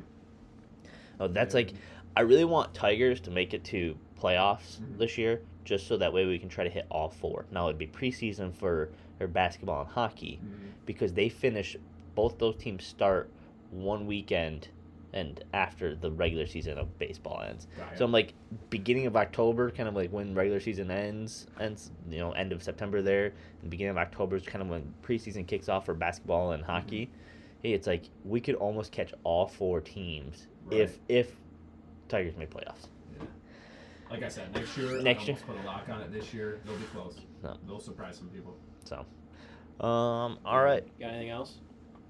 [SPEAKER 1] Oh, that's like I really want Tigers to make it to playoffs
[SPEAKER 3] Mhm.
[SPEAKER 1] this year, just so that way we can try to hit all four. Now it'd be preseason for their basketball and hockey
[SPEAKER 3] Mhm.
[SPEAKER 1] because they finish both those teams start one weekend and after the regular season of baseball ends.
[SPEAKER 3] Got
[SPEAKER 1] So
[SPEAKER 3] it.
[SPEAKER 1] I'm like beginning of October, kind of like when regular season ends, ends you know end of September there, and beginning of October is kind of when preseason kicks off for basketball and hockey. Hey, it's like we could almost catch all four teams if if Tigers made playoffs.
[SPEAKER 3] Like I said, next year.
[SPEAKER 1] Next
[SPEAKER 3] I
[SPEAKER 1] year.
[SPEAKER 3] almost Put a lock on it this year. They'll be close.
[SPEAKER 1] No.
[SPEAKER 3] They'll surprise some people.
[SPEAKER 1] Um, all right,
[SPEAKER 4] Got anything else?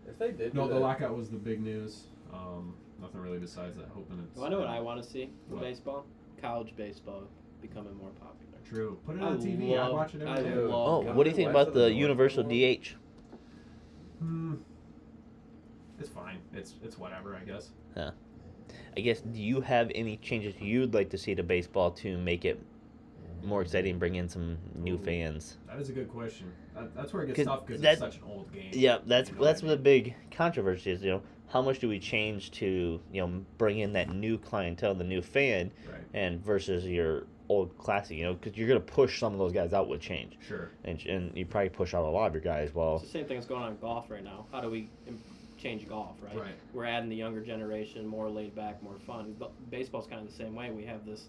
[SPEAKER 5] If they did,
[SPEAKER 3] No,
[SPEAKER 5] do
[SPEAKER 3] the
[SPEAKER 5] that,
[SPEAKER 3] lockout was the big news. Um, nothing really besides that. Hoping it's.
[SPEAKER 4] Well, I know what I want to see in
[SPEAKER 3] What?
[SPEAKER 4] baseball. College baseball becoming more popular.
[SPEAKER 3] True. Put it
[SPEAKER 4] I
[SPEAKER 3] on TV. I
[SPEAKER 4] love-
[SPEAKER 3] watch it
[SPEAKER 4] I
[SPEAKER 3] every day.
[SPEAKER 4] love-
[SPEAKER 1] Oh,
[SPEAKER 5] God,
[SPEAKER 1] what do you think
[SPEAKER 5] why is
[SPEAKER 1] about
[SPEAKER 5] that
[SPEAKER 1] the
[SPEAKER 5] annoying?
[SPEAKER 1] universal DH?
[SPEAKER 3] Hmm. It's fine. It's it's whatever. I guess.
[SPEAKER 1] I guess do you have any changes you'd like to see to baseball to make it more exciting, bring in some new
[SPEAKER 3] Ooh.
[SPEAKER 1] fans?
[SPEAKER 3] That is a good question. That, that's where it gets
[SPEAKER 1] 'Cause
[SPEAKER 3] tough because
[SPEAKER 1] that-
[SPEAKER 3] it's such an old game.
[SPEAKER 1] Yeah, that's
[SPEAKER 3] You know what
[SPEAKER 1] that's
[SPEAKER 3] I
[SPEAKER 1] what the
[SPEAKER 3] mean?
[SPEAKER 1] big controversy is. You know, how much do we change to you know bring in that new clientele, the new fan,
[SPEAKER 3] Right.
[SPEAKER 1] and versus your old classic? You know, because you're gonna push some of those guys out with change,
[SPEAKER 3] Sure.
[SPEAKER 1] and and you probably push out a lot of your guys. Well,
[SPEAKER 4] It's the same thing that's going on in golf right now. How do we im- change golf, right?
[SPEAKER 3] Right.
[SPEAKER 4] We're adding the younger generation, more laid back, more fun. But baseball's kind of the same way. We have this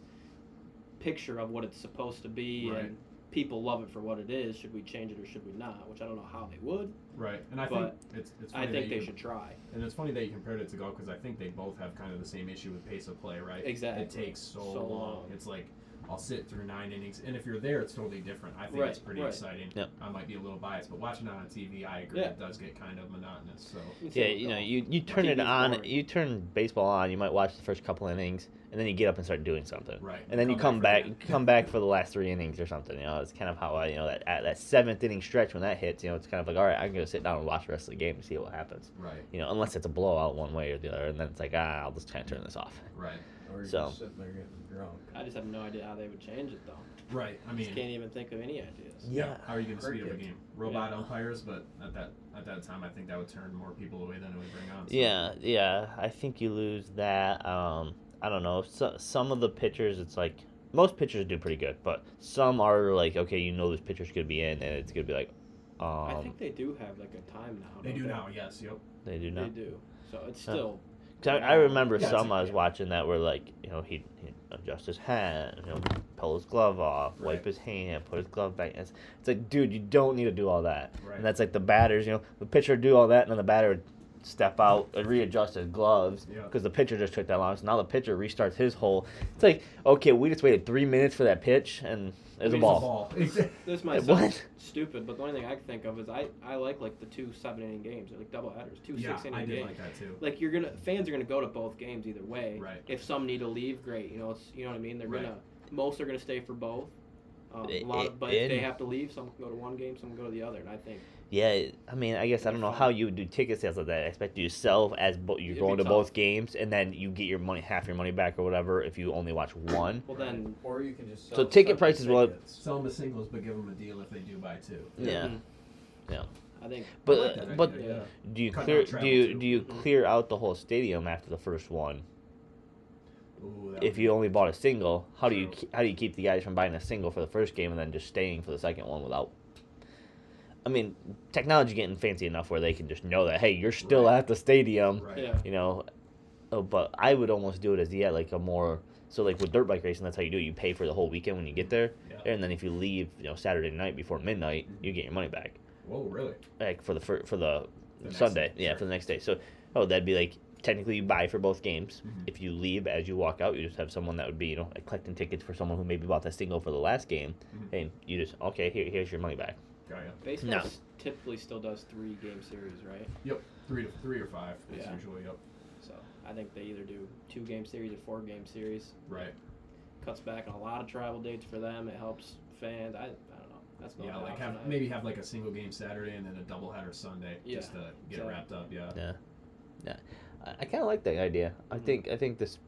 [SPEAKER 4] picture of what it's supposed to be,
[SPEAKER 3] Right.
[SPEAKER 4] and people love it for what it is. Should we change it or should we not? Which I don't know how they would.
[SPEAKER 3] Right. And I
[SPEAKER 4] But
[SPEAKER 3] think it's it's.
[SPEAKER 4] I
[SPEAKER 3] funny
[SPEAKER 4] think
[SPEAKER 3] that
[SPEAKER 4] they
[SPEAKER 3] you-
[SPEAKER 4] should try.
[SPEAKER 3] And it's funny that you compared it to golf because I think they both have kind of the same issue with pace of play, right?
[SPEAKER 4] Exactly.
[SPEAKER 3] It takes so,
[SPEAKER 4] So
[SPEAKER 3] long.
[SPEAKER 4] long.
[SPEAKER 3] It's like I'll sit through nine innings, and if you're there, it's totally different. I think it's
[SPEAKER 4] Right,
[SPEAKER 3] pretty
[SPEAKER 4] right.
[SPEAKER 3] exciting.
[SPEAKER 1] Yep.
[SPEAKER 3] I might be a little biased, but watching it on TV, I agree,
[SPEAKER 4] Yeah.
[SPEAKER 3] it does get kind of monotonous. So
[SPEAKER 4] It's
[SPEAKER 1] yeah,
[SPEAKER 4] like
[SPEAKER 1] you know,
[SPEAKER 4] golf.
[SPEAKER 1] you you turn
[SPEAKER 4] TV
[SPEAKER 1] it
[SPEAKER 4] is
[SPEAKER 1] on,
[SPEAKER 4] boring.
[SPEAKER 1] you turn baseball on, you might watch the first couple innings, and then you get up and start doing something.
[SPEAKER 3] Right.
[SPEAKER 1] And then you come
[SPEAKER 3] for
[SPEAKER 1] back,
[SPEAKER 3] that.
[SPEAKER 1] come back for the last three innings or something. You know, it's kind of how I, you know, that at that seventh inning stretch when that hits, you know, it's kind of like, all right, I can go sit down and watch the rest of the game and see what happens.
[SPEAKER 3] Right.
[SPEAKER 1] You know, unless it's a blowout one way or the other, and then it's like, ah, I'll just kind of turn this off.
[SPEAKER 3] Right.
[SPEAKER 5] Or you're
[SPEAKER 1] So.
[SPEAKER 5] just sitting there getting drunk.
[SPEAKER 4] I just have no idea how they would change it though.
[SPEAKER 3] Right. I mean,
[SPEAKER 4] Just can't even think of any ideas.
[SPEAKER 3] yeah. How are you going to speed up a
[SPEAKER 5] Cricket.
[SPEAKER 3] game? Robot umpires, but at that at that time, I think that would turn more people away than it would bring on. so-
[SPEAKER 1] Yeah, yeah. I think you lose that. Um, I don't know. So, some of the pitchers, it's like most pitchers do pretty good, but some are like, okay, you know this pitcher's gonna be in, and it's gonna be like, um,
[SPEAKER 4] I think they do have like a time now.
[SPEAKER 3] They
[SPEAKER 4] don't
[SPEAKER 3] do now. Yes. Yep.
[SPEAKER 1] they do
[SPEAKER 4] They
[SPEAKER 1] not.
[SPEAKER 4] do. So it's
[SPEAKER 1] Huh.
[SPEAKER 4] still.
[SPEAKER 1] 'Cause I, I remember
[SPEAKER 3] Yeah, it's
[SPEAKER 1] some
[SPEAKER 3] like-
[SPEAKER 1] I was watching that were like, you know, he he adjust his hand, you know, pull his glove off, wipe
[SPEAKER 3] Right.
[SPEAKER 1] his hand, put his glove back. It's, it's like, dude, you don't need to do all that.
[SPEAKER 3] Right.
[SPEAKER 1] And that's like the batters, you know, the pitcher would do all that, and then the batter would step out and readjust his gloves
[SPEAKER 3] Yeah.
[SPEAKER 1] because the pitcher just took that long. So now the pitcher restarts his hole. It's like, okay, we just waited three minutes for that pitch, and there's
[SPEAKER 3] I
[SPEAKER 1] a
[SPEAKER 3] mean,
[SPEAKER 1] ball.
[SPEAKER 3] It's a ball.
[SPEAKER 4] This might
[SPEAKER 1] Hey,
[SPEAKER 4] sound
[SPEAKER 1] what?
[SPEAKER 4] stupid, but the only thing I can think of is I, I like like the two seven inning games, or like double headers, two
[SPEAKER 3] yeah,
[SPEAKER 4] six inning
[SPEAKER 3] I did
[SPEAKER 4] games.
[SPEAKER 3] like that too.
[SPEAKER 4] like you're gonna fans are gonna go to both games either way.
[SPEAKER 3] Right.
[SPEAKER 4] If some need to leave, great. You know, it's you know what I mean. They're
[SPEAKER 3] Right.
[SPEAKER 4] gonna most are gonna stay for both. Um, a
[SPEAKER 1] I-
[SPEAKER 4] lot,
[SPEAKER 1] i-
[SPEAKER 4] of, but if they
[SPEAKER 1] in-
[SPEAKER 4] have to leave, some can go to one game, some can go to the other, and I think
[SPEAKER 1] Yeah, it- I mean, I guess I don't know how you would do ticket sales like that. I expect you sell as bo- you're
[SPEAKER 4] It'd
[SPEAKER 1] going to
[SPEAKER 4] be tough.
[SPEAKER 1] both games, and then you get your money, half your money back or whatever, if you only watch one.
[SPEAKER 4] well then
[SPEAKER 5] Or you can just
[SPEAKER 1] So
[SPEAKER 5] sell
[SPEAKER 1] ticket
[SPEAKER 5] separate
[SPEAKER 1] prices will-
[SPEAKER 5] tickets.
[SPEAKER 3] Sell them as singles, but give them a deal if they do buy two.
[SPEAKER 1] Yeah,
[SPEAKER 4] Mhm.
[SPEAKER 1] yeah.
[SPEAKER 4] I think
[SPEAKER 1] But
[SPEAKER 3] Mm-hmm. I like that
[SPEAKER 1] but
[SPEAKER 3] idea, yeah.
[SPEAKER 1] do you
[SPEAKER 3] Cut down
[SPEAKER 1] clear do
[SPEAKER 3] travel
[SPEAKER 1] you
[SPEAKER 3] too.
[SPEAKER 1] do you
[SPEAKER 4] Mhm.
[SPEAKER 1] clear out the whole stadium after the first one?
[SPEAKER 3] Ooh, that
[SPEAKER 1] If
[SPEAKER 3] would-
[SPEAKER 1] you only bought a single, how do you
[SPEAKER 3] True.
[SPEAKER 1] ke- how do you keep the guys from buying a single for the first game and then just staying for the second one without? I mean, technology getting fancy enough where they can just know that hey, you're still
[SPEAKER 3] Right.
[SPEAKER 1] at the stadium.
[SPEAKER 3] right.
[SPEAKER 4] yeah.
[SPEAKER 1] you know. Oh, but I would almost do it as yeah, like a more so like with dirt bike racing, that's how you do it. You pay for the whole weekend when you get there,
[SPEAKER 3] yeah.
[SPEAKER 1] and then if you leave, you know, Saturday night before midnight, you get your money back,
[SPEAKER 3] Whoa, really?
[SPEAKER 1] like for the for, for the,
[SPEAKER 3] The next
[SPEAKER 1] Sunday,
[SPEAKER 3] day,
[SPEAKER 1] yeah,
[SPEAKER 3] sure.
[SPEAKER 1] for the next day. So, oh, that'd be like technically you buy for both games.
[SPEAKER 3] Mhm.
[SPEAKER 1] If you leave as you walk out, you just have someone that would be you know like collecting tickets for someone who maybe bought that single for the last game,
[SPEAKER 3] Mhm.
[SPEAKER 1] and you just okay, here here's your money back.
[SPEAKER 3] Got ya.
[SPEAKER 4] baseball
[SPEAKER 1] No.
[SPEAKER 4] s- typically still does three game series, right?
[SPEAKER 3] Yep. Three to three or five is
[SPEAKER 4] Yeah.
[SPEAKER 3] usually up.
[SPEAKER 4] So I think they either do two game series or four game series.
[SPEAKER 3] Right.
[SPEAKER 4] Cuts back on a lot of travel dates for them. It helps fans. I, I don't know. That's not
[SPEAKER 3] yeah,
[SPEAKER 4] an
[SPEAKER 3] like
[SPEAKER 4] option
[SPEAKER 3] have
[SPEAKER 4] I-
[SPEAKER 3] maybe have like a single game Saturday and then a doubleheader Sunday
[SPEAKER 4] Yeah,
[SPEAKER 3] just to get it
[SPEAKER 4] exactly.
[SPEAKER 3] wrapped up. Yeah.
[SPEAKER 1] Yeah, yeah. I, I kind of like that idea. I
[SPEAKER 4] Mhm.
[SPEAKER 1] think I think this,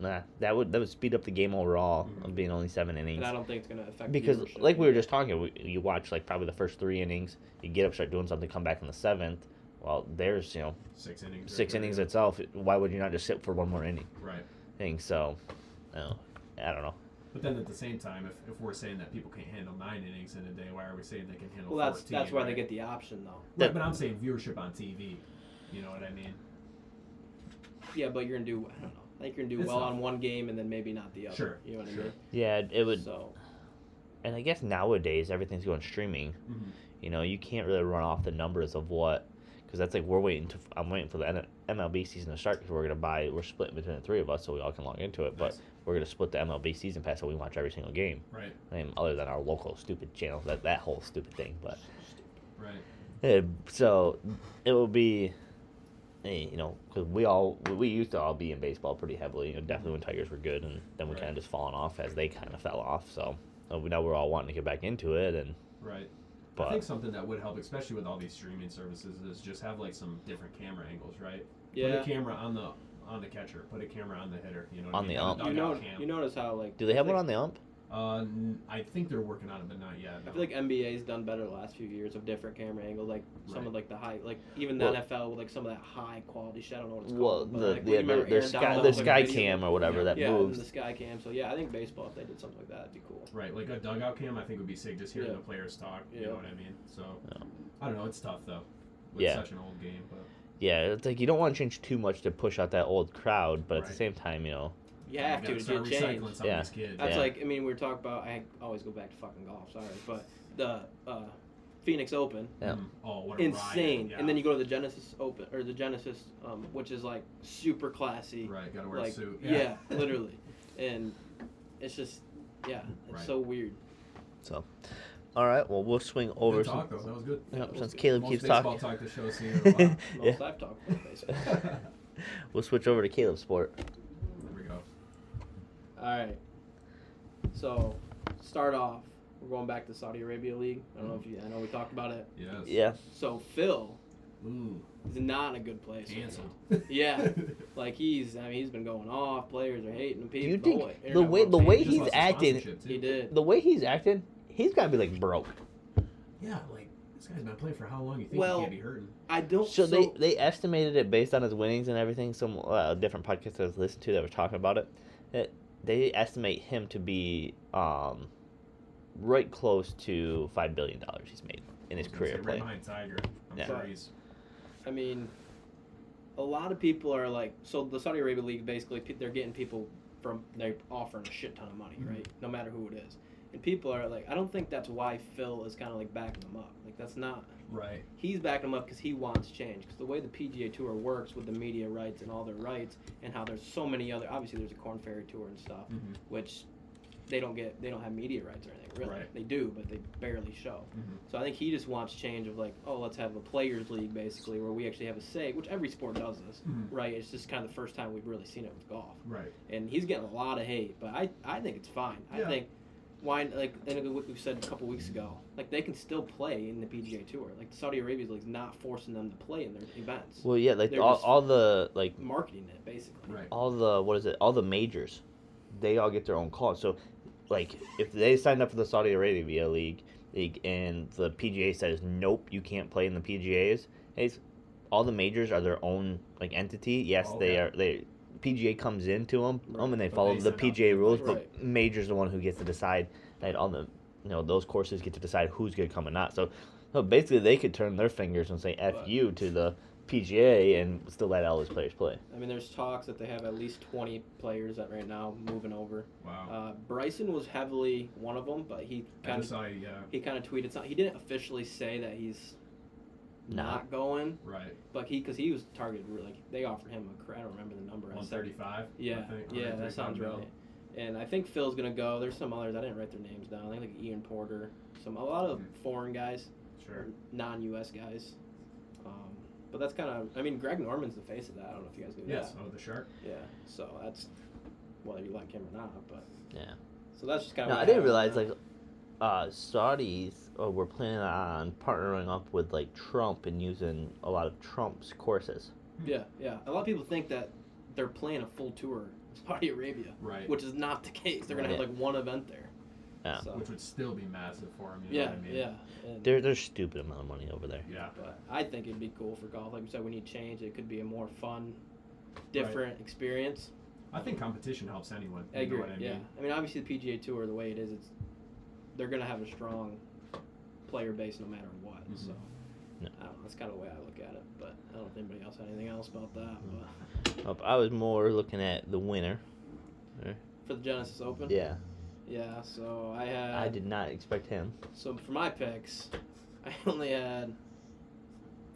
[SPEAKER 1] nah, that would that would speed up the game overall
[SPEAKER 3] Mhm.
[SPEAKER 1] of being only seven innings.
[SPEAKER 4] Hmm. and I don't think it's gonna affect
[SPEAKER 1] Because
[SPEAKER 4] viewership
[SPEAKER 1] like we were
[SPEAKER 4] either.
[SPEAKER 1] just talking, we, you watch like probably the first three innings, you get up, start doing something, come back in the seventh. Well, there's you know
[SPEAKER 3] Six innings. right
[SPEAKER 1] six
[SPEAKER 3] there,
[SPEAKER 1] innings
[SPEAKER 3] yeah.
[SPEAKER 1] itself. Why would you not just sit for one more inning?
[SPEAKER 3] Right.
[SPEAKER 1] Thing so, no, I don't know.
[SPEAKER 3] But then at the same time, if, if we're saying that people can't handle nine innings in a day, why are we saying they can handle?
[SPEAKER 4] Well, that's
[SPEAKER 3] 14,
[SPEAKER 4] that's why they
[SPEAKER 3] right?
[SPEAKER 4] get the option though.
[SPEAKER 3] Right, but I'm saying viewership on TV. You know what I mean?
[SPEAKER 4] Yeah, but you're gonna do I don't know. I think you're gonna do
[SPEAKER 3] It's
[SPEAKER 4] well
[SPEAKER 3] not-
[SPEAKER 4] on one game and then maybe not the other.
[SPEAKER 3] Sure,
[SPEAKER 4] You know what
[SPEAKER 3] sure.
[SPEAKER 4] I mean?
[SPEAKER 1] Yeah, it- it would,
[SPEAKER 4] So
[SPEAKER 1] and I guess nowadays everything's going streaming.
[SPEAKER 3] Mm-hmm.
[SPEAKER 1] You know, you can't really run off the numbers of what, because that's like we're waiting to. I'm waiting for the N- MLB season to start because we're gonna buy. We're splitting between the three of us so we all can log into it. But
[SPEAKER 3] Nice.
[SPEAKER 1] we're gonna split the MLB season pass so we watch every single game.
[SPEAKER 3] Right.
[SPEAKER 1] I mean, other than our local stupid channel, that that whole stupid thing. But
[SPEAKER 3] Right.
[SPEAKER 1] eh, so it will be, eh, you know, because we all we- we used to all be in baseball pretty heavily. You know, definitely when Tigers were good, and then we
[SPEAKER 3] Right.
[SPEAKER 1] kind of just fallen off as they kind of fell off. So. so we- Now we're all wanting to get back into it, and
[SPEAKER 3] Right. I
[SPEAKER 1] but
[SPEAKER 3] think something that would help, especially with all these streaming services, is just have like some different camera angles, right? Put
[SPEAKER 4] yeah.
[SPEAKER 3] a camera on the on the catcher. Put a camera on the hitter. You know. What
[SPEAKER 1] On
[SPEAKER 3] I mean?
[SPEAKER 1] the
[SPEAKER 3] Have a
[SPEAKER 1] ump.
[SPEAKER 4] You
[SPEAKER 3] dugout
[SPEAKER 4] know,
[SPEAKER 3] cam.
[SPEAKER 4] you notice how like
[SPEAKER 1] do they have
[SPEAKER 4] I
[SPEAKER 1] one on
[SPEAKER 4] think-
[SPEAKER 1] the ump?
[SPEAKER 3] Uh, n- I think they're working on it, but not yet.
[SPEAKER 4] I
[SPEAKER 3] no.
[SPEAKER 4] feel like NBA's done better the last few years of different camera angles, like some
[SPEAKER 3] Right.
[SPEAKER 4] of like the high, like even
[SPEAKER 1] Well-
[SPEAKER 4] the NFL with like some of that high quality shit. I don't know what it's
[SPEAKER 1] Well,
[SPEAKER 4] called. but,
[SPEAKER 1] the
[SPEAKER 4] like, we
[SPEAKER 1] the,
[SPEAKER 4] remember
[SPEAKER 1] the, the
[SPEAKER 4] Aaron
[SPEAKER 1] sky
[SPEAKER 4] Donald
[SPEAKER 1] the
[SPEAKER 4] with
[SPEAKER 1] sky
[SPEAKER 4] video-
[SPEAKER 1] cam or whatever that
[SPEAKER 4] yeah, and
[SPEAKER 1] moves.
[SPEAKER 4] the sky cam. So yeah, I think baseball if they did something like that, it'd be cool.
[SPEAKER 3] Right, like a dugout cam, I think would be sick. Just hearing
[SPEAKER 4] Yeah.
[SPEAKER 3] the players talk, you
[SPEAKER 4] Yeah.
[SPEAKER 3] know what I mean? So,
[SPEAKER 1] Yeah.
[SPEAKER 3] I don't know. It's tough though, with
[SPEAKER 1] Yeah.
[SPEAKER 3] such an old game. But
[SPEAKER 1] Yeah, it's like you don't want to change too much to push out that old crowd, but at the
[SPEAKER 3] Right.
[SPEAKER 1] same time, you know,
[SPEAKER 4] You have
[SPEAKER 3] gotta
[SPEAKER 4] to
[SPEAKER 3] start
[SPEAKER 4] to get
[SPEAKER 3] recycling
[SPEAKER 4] changed.
[SPEAKER 3] some
[SPEAKER 1] Yeah.
[SPEAKER 3] of these kids.
[SPEAKER 4] That's
[SPEAKER 1] Yeah.
[SPEAKER 4] like I mean we were talking about. I always go back to fucking golf. Sorry, but the uh, Phoenix Open,
[SPEAKER 1] Yeah.
[SPEAKER 3] Mm. Oh, what a
[SPEAKER 4] insane.
[SPEAKER 3] Riot.
[SPEAKER 4] And then you go to the Genesis Open or the Genesis, um, which is like super classy.
[SPEAKER 3] right, gotta wear
[SPEAKER 4] like
[SPEAKER 3] a suit.
[SPEAKER 4] yeah, literally, and it's just yeah, it's
[SPEAKER 3] Right.
[SPEAKER 4] so weird.
[SPEAKER 1] so. All right, well, we'll swing over
[SPEAKER 3] Good
[SPEAKER 1] some,
[SPEAKER 3] talk though. That was good.
[SPEAKER 1] yeah,
[SPEAKER 4] was
[SPEAKER 1] since
[SPEAKER 4] good.
[SPEAKER 1] Caleb
[SPEAKER 3] Most
[SPEAKER 1] keeps
[SPEAKER 3] baseball
[SPEAKER 1] talking.
[SPEAKER 3] talk the show's seen in a while.
[SPEAKER 4] Most
[SPEAKER 1] yeah,
[SPEAKER 4] I've talked about baseball.
[SPEAKER 3] There
[SPEAKER 1] we'll switch over to Caleb's sport.
[SPEAKER 3] we go.
[SPEAKER 4] All right. So, start off. We're going back to Saudi Arabia League. I don't
[SPEAKER 3] Mm-hmm.
[SPEAKER 4] know if you. I know we talked about it.
[SPEAKER 3] Yes.
[SPEAKER 1] Yeah.
[SPEAKER 4] So Phil
[SPEAKER 3] Ooh,
[SPEAKER 4] is not in a good place. right now.
[SPEAKER 3] canceled.
[SPEAKER 4] Yeah. Like he's. I mean, he's been going off. Players are hating him. People.
[SPEAKER 1] you think the
[SPEAKER 4] whole
[SPEAKER 1] way- the
[SPEAKER 4] internet
[SPEAKER 1] way
[SPEAKER 4] wants
[SPEAKER 1] he's
[SPEAKER 4] to hate him.
[SPEAKER 3] lost his
[SPEAKER 1] acting-
[SPEAKER 3] sponsorship, too.
[SPEAKER 4] He did.
[SPEAKER 1] The way he's acting, he's got to be like broke.
[SPEAKER 3] Yeah, like this guy's been playing for how long? You think
[SPEAKER 4] Well-
[SPEAKER 3] he can't be hurting?
[SPEAKER 4] I don't.
[SPEAKER 1] So, they, they estimated it based on his winnings and everything. Some uh, different podcasts I was listening to that were talking about it. That they estimate him to be um, right close to five billion dollars he's made in his
[SPEAKER 3] I was gonna
[SPEAKER 1] career
[SPEAKER 3] say,
[SPEAKER 1] play.
[SPEAKER 3] Right behind Tiger. I'm
[SPEAKER 1] Yeah.
[SPEAKER 3] sure he's
[SPEAKER 4] I mean, a lot of people are like, so the Saudi Arabia League basically, pe- they're getting people from, they're offering a shit ton of money, right?
[SPEAKER 1] Mm-hmm.
[SPEAKER 4] No matter who it is. And people are like, I don't think that's why Phil is kind of like backing them up. Like, that's not,
[SPEAKER 3] right.
[SPEAKER 4] he's backing them up because he wants change. Because the way the PGA Tour works with the media rights and all their rights, and how there's so many other, obviously, there's a Corn Ferry Tour and stuff,
[SPEAKER 3] Mhm.
[SPEAKER 4] which they don't get, they don't have media rights or anything, really.
[SPEAKER 3] Right.
[SPEAKER 4] They do, but they barely show.
[SPEAKER 3] Mhm.
[SPEAKER 4] So I think he just wants change of like, oh, let's have a players' league basically, where we actually have a say, which every sport does this,
[SPEAKER 3] Mhm.
[SPEAKER 4] right? It's just kind of the first time we've really seen it with golf,
[SPEAKER 3] Right.
[SPEAKER 4] and he's getting a lot of hate, but I, I think it's fine. I
[SPEAKER 3] Yeah.
[SPEAKER 4] think why like and what we said a couple weeks ago, like they can still play in the PGA Tour. Like the Saudi Arabia's league's not forcing them to play in their events,
[SPEAKER 1] Well, yeah, like
[SPEAKER 4] They're
[SPEAKER 1] all,
[SPEAKER 4] just-
[SPEAKER 1] all the like
[SPEAKER 4] marketing it basically.
[SPEAKER 3] Right.
[SPEAKER 1] all the what is it? All the majors, they all get their own call. So, like if they signed up for the Saudi Arabia league, league and the PGA says nope, you can't play in the PGA's. It's all the majors are their own like entity. Yes, they
[SPEAKER 3] Oh, Okay.
[SPEAKER 1] are. They PGA comes into them, and they
[SPEAKER 3] But
[SPEAKER 1] follow
[SPEAKER 3] they
[SPEAKER 1] the
[SPEAKER 3] sign up
[SPEAKER 1] PGA
[SPEAKER 3] and
[SPEAKER 1] rules.
[SPEAKER 4] play.
[SPEAKER 1] But majors the one who gets to decide that all the you know those courses get to decide who's gonna come and not. So, so basically, they could turn their fingers and say f
[SPEAKER 4] But-
[SPEAKER 1] you to the PGA and still let all those players play.
[SPEAKER 4] I mean, there's talks that they have at least 20 players that right now moving over.
[SPEAKER 3] Wow.
[SPEAKER 4] Uh, Bryson was heavily one of them, but he
[SPEAKER 3] I
[SPEAKER 4] kind of
[SPEAKER 3] just saw uh, yeah.
[SPEAKER 4] he kind of tweeted something. He didn't officially say that he's
[SPEAKER 1] Nah.
[SPEAKER 4] not going,
[SPEAKER 3] Right.
[SPEAKER 4] but he because he was targeted. really- Like they offered him a cr- I don't remember the number. I
[SPEAKER 3] One
[SPEAKER 4] said-
[SPEAKER 3] thirty-five.
[SPEAKER 4] Yeah, yeah, that sounds right. And I think Phil's gonna go. There's some others. I didn't write their names down. I think like Ian Porter, some a lot of
[SPEAKER 3] Mhm.
[SPEAKER 4] foreign guys,
[SPEAKER 3] Sure.
[SPEAKER 4] non-U.S. guys. Um, but that's kind of. I mean, Greg Norman's the face of that. I don't know if you guys knew
[SPEAKER 3] Yes. Oh, the shark.
[SPEAKER 4] that. Yeah. So that's whether you like him or not. But
[SPEAKER 1] Yeah.
[SPEAKER 4] So that's just kind of.
[SPEAKER 1] No, I didn't realize like uh, Saudis uh, were planning on partnering up with like Trump and using a lot of Trump's courses.
[SPEAKER 4] Yeah, yeah. A lot of people think that they're playing a full tour in Saudi Arabia,
[SPEAKER 3] Right.
[SPEAKER 4] which is not the case. They're gonna have
[SPEAKER 1] Right.
[SPEAKER 4] like one event there.
[SPEAKER 1] Yeah.
[SPEAKER 4] So,
[SPEAKER 3] Which would still be massive for him. You
[SPEAKER 4] yeah,
[SPEAKER 3] Know what I mean?
[SPEAKER 4] yeah. and-
[SPEAKER 1] They're they're stupid amount of money over there.
[SPEAKER 3] Yeah.
[SPEAKER 4] but I think it'd be cool for golf. Like we said, we need change. It could be a more fun, different experience.
[SPEAKER 3] I think competition helps anyone.
[SPEAKER 4] I
[SPEAKER 3] You know
[SPEAKER 4] agree.
[SPEAKER 3] what I mean?
[SPEAKER 4] Yeah. I mean, obviously the PGA Tour, the way it is, it's they're gonna have a strong player base no matter what.
[SPEAKER 3] Mhm.
[SPEAKER 4] So.
[SPEAKER 1] No.
[SPEAKER 4] I don't know, that's kind of the way I look at it, but I don't know if anybody else had anything else about that. But
[SPEAKER 1] Uh, I was more looking at the winner.
[SPEAKER 4] for the Genesis Open,
[SPEAKER 1] Yeah,
[SPEAKER 4] yeah. So I had
[SPEAKER 1] I did not expect him.
[SPEAKER 4] So for my picks, I only had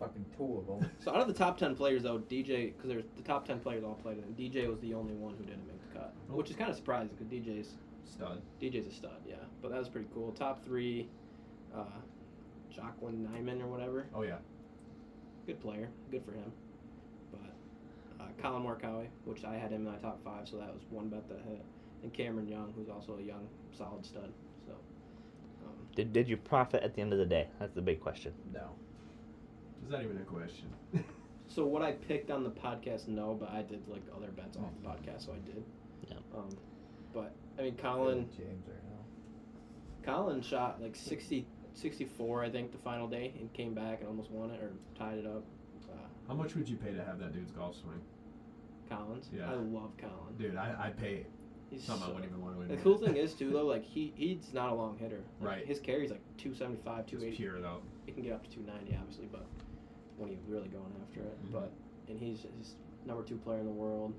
[SPEAKER 5] Fucking two of them.
[SPEAKER 4] so out of the top ten players though DJ because there's the top ten players all played it and DJ was the only one who didn't make the cut, which is kind of surprising because DJ's
[SPEAKER 3] Stud.
[SPEAKER 4] DJ's a stud, yeah. But that was pretty cool. Top three, uh, Jacqueline Nyman or whatever,
[SPEAKER 3] Oh yeah.
[SPEAKER 4] good player, good for him. But uh, Colin Morikawa, which I had him in my top five, so that was one bet that hit, and Cameron Young, who's also a young solid stud. So um,
[SPEAKER 1] Did, did you profit at the end of the day? That's the big question.
[SPEAKER 5] No.
[SPEAKER 3] Is that even a question?
[SPEAKER 4] So what I picked on the podcast, no, but I did like other bets off
[SPEAKER 3] Mm-hmm.
[SPEAKER 4] the podcast, so I did.
[SPEAKER 1] Yeah.
[SPEAKER 4] Um, but I mean, Colin,
[SPEAKER 5] James right now.
[SPEAKER 4] Colin shot like 60, 64, I think, the final day, and came back and almost won it or tied it up. Uh,
[SPEAKER 3] How much would you pay to have that dude's golf swing?
[SPEAKER 4] Collins,
[SPEAKER 3] Yeah.
[SPEAKER 4] I love Colin.
[SPEAKER 3] Dude, I, I'd pay
[SPEAKER 4] He's
[SPEAKER 3] something I
[SPEAKER 4] so-
[SPEAKER 3] wouldn't even want to
[SPEAKER 4] the
[SPEAKER 3] admit.
[SPEAKER 4] cool thing is too though, like he he's not a long hitter. Like,
[SPEAKER 3] Right.
[SPEAKER 4] His carry's like two seventy five, two
[SPEAKER 3] It's
[SPEAKER 4] eighty.
[SPEAKER 3] pure though.
[SPEAKER 4] It can get up to two ninety, obviously, but when you're really going after it,
[SPEAKER 3] Mhm.
[SPEAKER 4] but and he's he's number two player in the world.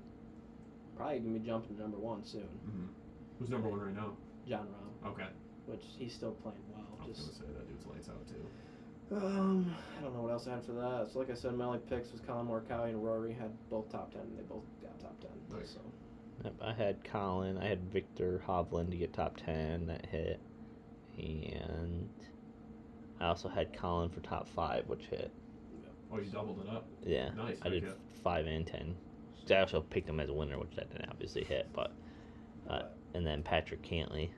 [SPEAKER 4] Probably gonna be jumping to number one soon.
[SPEAKER 3] hmm Who's number one right now?
[SPEAKER 4] John Rahm,
[SPEAKER 3] Okay.
[SPEAKER 4] which he's still playing well.
[SPEAKER 3] I was
[SPEAKER 4] Just
[SPEAKER 3] gonna say that dude's lights out too.
[SPEAKER 4] um, I don't know what else I had for that. So like I said, my only picks was Colin Morikawa and Rory had both top ten. and They both got top ten.
[SPEAKER 3] Nice.
[SPEAKER 4] So
[SPEAKER 1] Yep, I had Colin. I had Victor Hovland to get top ten. That hit, and I also had Colin for top five, which hit.
[SPEAKER 3] Oh, you doubled it up.
[SPEAKER 1] Yeah.
[SPEAKER 3] Nice.
[SPEAKER 1] I did
[SPEAKER 3] okay.
[SPEAKER 1] five and ten. I also picked him as a winner, which I didn't obviously hit, but Uh, and then Patrick Cantley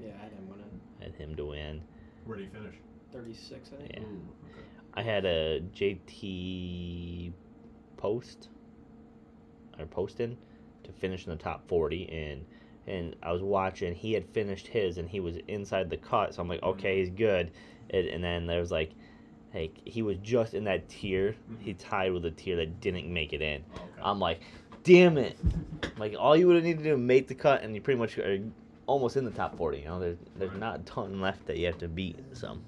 [SPEAKER 4] Yeah, I had him winning
[SPEAKER 1] had him to win.
[SPEAKER 3] Mm-hmm. Where do you finish?
[SPEAKER 4] 36, I think.
[SPEAKER 1] Yeah.
[SPEAKER 3] Ooh, okay.
[SPEAKER 1] I had a JT post or posting to finish in the top 40 and and I was watching he had finished his and he was inside the cut so I'm like
[SPEAKER 3] Mm-hmm.
[SPEAKER 1] okay he's good and, and then there was like like he was just in that tier
[SPEAKER 3] Mm-hmm.
[SPEAKER 1] he tied with a tier that didn't make it in
[SPEAKER 3] Oh, okay.
[SPEAKER 1] I'm like damn it like all you would have needed to do is make the cut and you pretty much are almost in the top 40 you know there's, there's
[SPEAKER 3] Right.
[SPEAKER 1] not a ton left that you have to beat so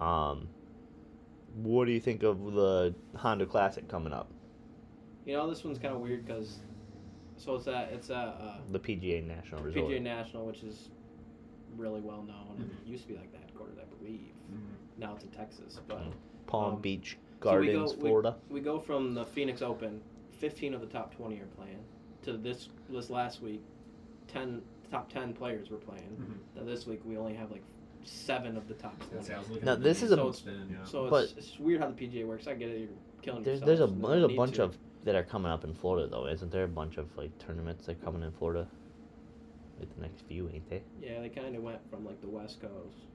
[SPEAKER 1] um what do you think of the Honda Classic coming up
[SPEAKER 4] You know, this one's kind of weird because. So it's at, it's at uh,
[SPEAKER 1] the PGA National Resort
[SPEAKER 4] PGA National, which is really well known. and
[SPEAKER 3] Mhm.
[SPEAKER 4] It used to be like that headquarters, I believe.
[SPEAKER 3] Mhm.
[SPEAKER 4] Now it's in Texas. But
[SPEAKER 1] Mm. Palm
[SPEAKER 4] um,
[SPEAKER 1] Beach
[SPEAKER 4] So we go-
[SPEAKER 1] Gardens
[SPEAKER 4] we-
[SPEAKER 1] Florida
[SPEAKER 4] We go from the Phoenix Open, 15 of the top 20 are playing, to this this last week, 10 top 10 players were playing.
[SPEAKER 3] Mm-hmm.
[SPEAKER 4] Now this week we only have like seven of the top 20.
[SPEAKER 3] That's how I was looking
[SPEAKER 1] Now,
[SPEAKER 3] at the
[SPEAKER 1] this is a-
[SPEAKER 3] so it's been, yeah.
[SPEAKER 4] So
[SPEAKER 1] But-
[SPEAKER 4] it's, it's weird how the PGA works. I get it. You're killing
[SPEAKER 1] there's,
[SPEAKER 4] yourself.
[SPEAKER 1] there's a
[SPEAKER 4] and
[SPEAKER 1] there's a
[SPEAKER 4] need
[SPEAKER 1] bunch
[SPEAKER 4] to.
[SPEAKER 1] of that are coming up in Florida though isn't there a bunch of like tournaments that are coming in Florida like the next few ain't they
[SPEAKER 4] Yeah, they kind of went from like the West Coast.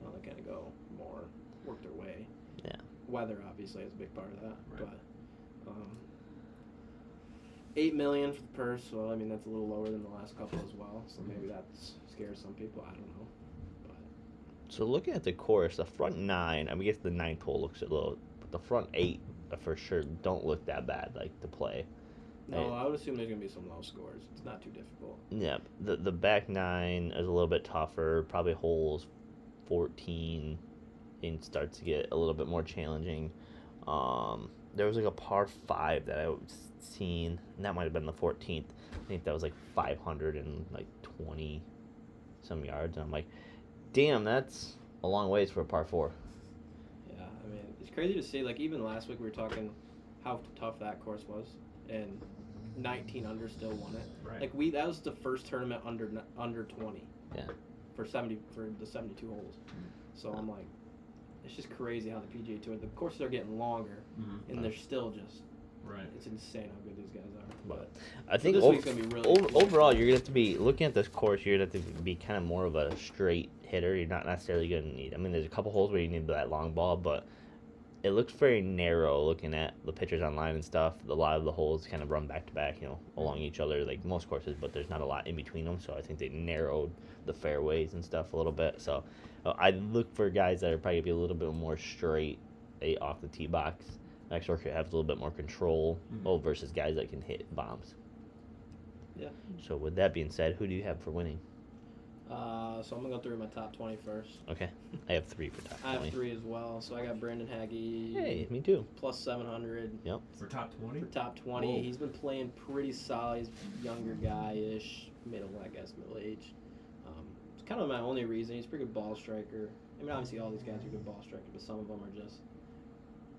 [SPEAKER 4] Now they kind of go more, work their way.
[SPEAKER 1] Yeah.
[SPEAKER 4] Weather obviously is a big part of that,
[SPEAKER 3] Right.
[SPEAKER 4] but um, eight million for the purse. Well, I mean that's a little lower than the last couple as well. So maybe that scares some people. I don't know. But
[SPEAKER 1] So looking at the course, the front nine, I mean, I guess the ninth hole looks a little, but the front eight uh, for sure don't look that bad, like to play.
[SPEAKER 4] no,
[SPEAKER 1] Hey.
[SPEAKER 4] I would assume there's gonna be some low scores. It's not too difficult.
[SPEAKER 1] Yeah, the the back nine is a little bit tougher. Probably holes fourteen, and starts to get a little bit more challenging. Um, there was like a par five that I was seen, and that might have been the fourteenth. I think that was like five hundred and like twenty, some yards, and I'm like, damn, that's a long ways for a par four.
[SPEAKER 4] Yeah, I mean, it's crazy to see. Like even last week, we were talking how tough that course was, and 19 under still won it.
[SPEAKER 3] Right.
[SPEAKER 4] Like we, that was the first tournament under n- under 20.
[SPEAKER 1] Yeah.
[SPEAKER 4] For 70 for the 72 holes, so I'm like, it's just crazy how the PGA Tour, the courses are getting longer,
[SPEAKER 3] Mhm.
[SPEAKER 4] and they're still just.
[SPEAKER 3] Right.
[SPEAKER 4] It's insane how good these guys are.
[SPEAKER 1] But
[SPEAKER 4] But
[SPEAKER 1] I think
[SPEAKER 4] this
[SPEAKER 1] ov-
[SPEAKER 4] week's gonna be really
[SPEAKER 1] ov-
[SPEAKER 4] cool.
[SPEAKER 1] overall, you're gonna have to be looking at this course. You're gonna have to be kind of more of a straight hitter. You're not necessarily gonna need. I mean, there's a couple holes where you need that long ball, but it looks very narrow. Looking at the pictures online and stuff, a lot of the holes kind of run back to back, you know, along each other, like most courses. But there's not a lot in between them, so I think they narrowed the fairways and stuff a little bit. So uh, I look for guys that are probably gonna be a little bit more straight eh, off the tee box. Next could have a little bit more control
[SPEAKER 3] Mhm.
[SPEAKER 4] Mm-hmm.
[SPEAKER 1] oh, versus guys that can hit bombs.
[SPEAKER 4] yeah.
[SPEAKER 1] So with that being said, who do you have for winning?
[SPEAKER 4] Uh, so I'm gonna go through my top 20 first.
[SPEAKER 1] Okay, I have three for top
[SPEAKER 4] I have
[SPEAKER 1] twenty.
[SPEAKER 4] three as well. So I got Brandon Haggy.
[SPEAKER 1] Hey, me too.
[SPEAKER 4] Plus 700.
[SPEAKER 3] For top twenty.
[SPEAKER 4] for top 20.
[SPEAKER 3] Whoa.
[SPEAKER 4] He's been playing pretty solid. He's younger guy-ish, middle, I guess, middle age. Um, it's kind of my only reason. He's a pretty good ball striker. I mean, obviously all these guys are good ball strikers, but some of them are just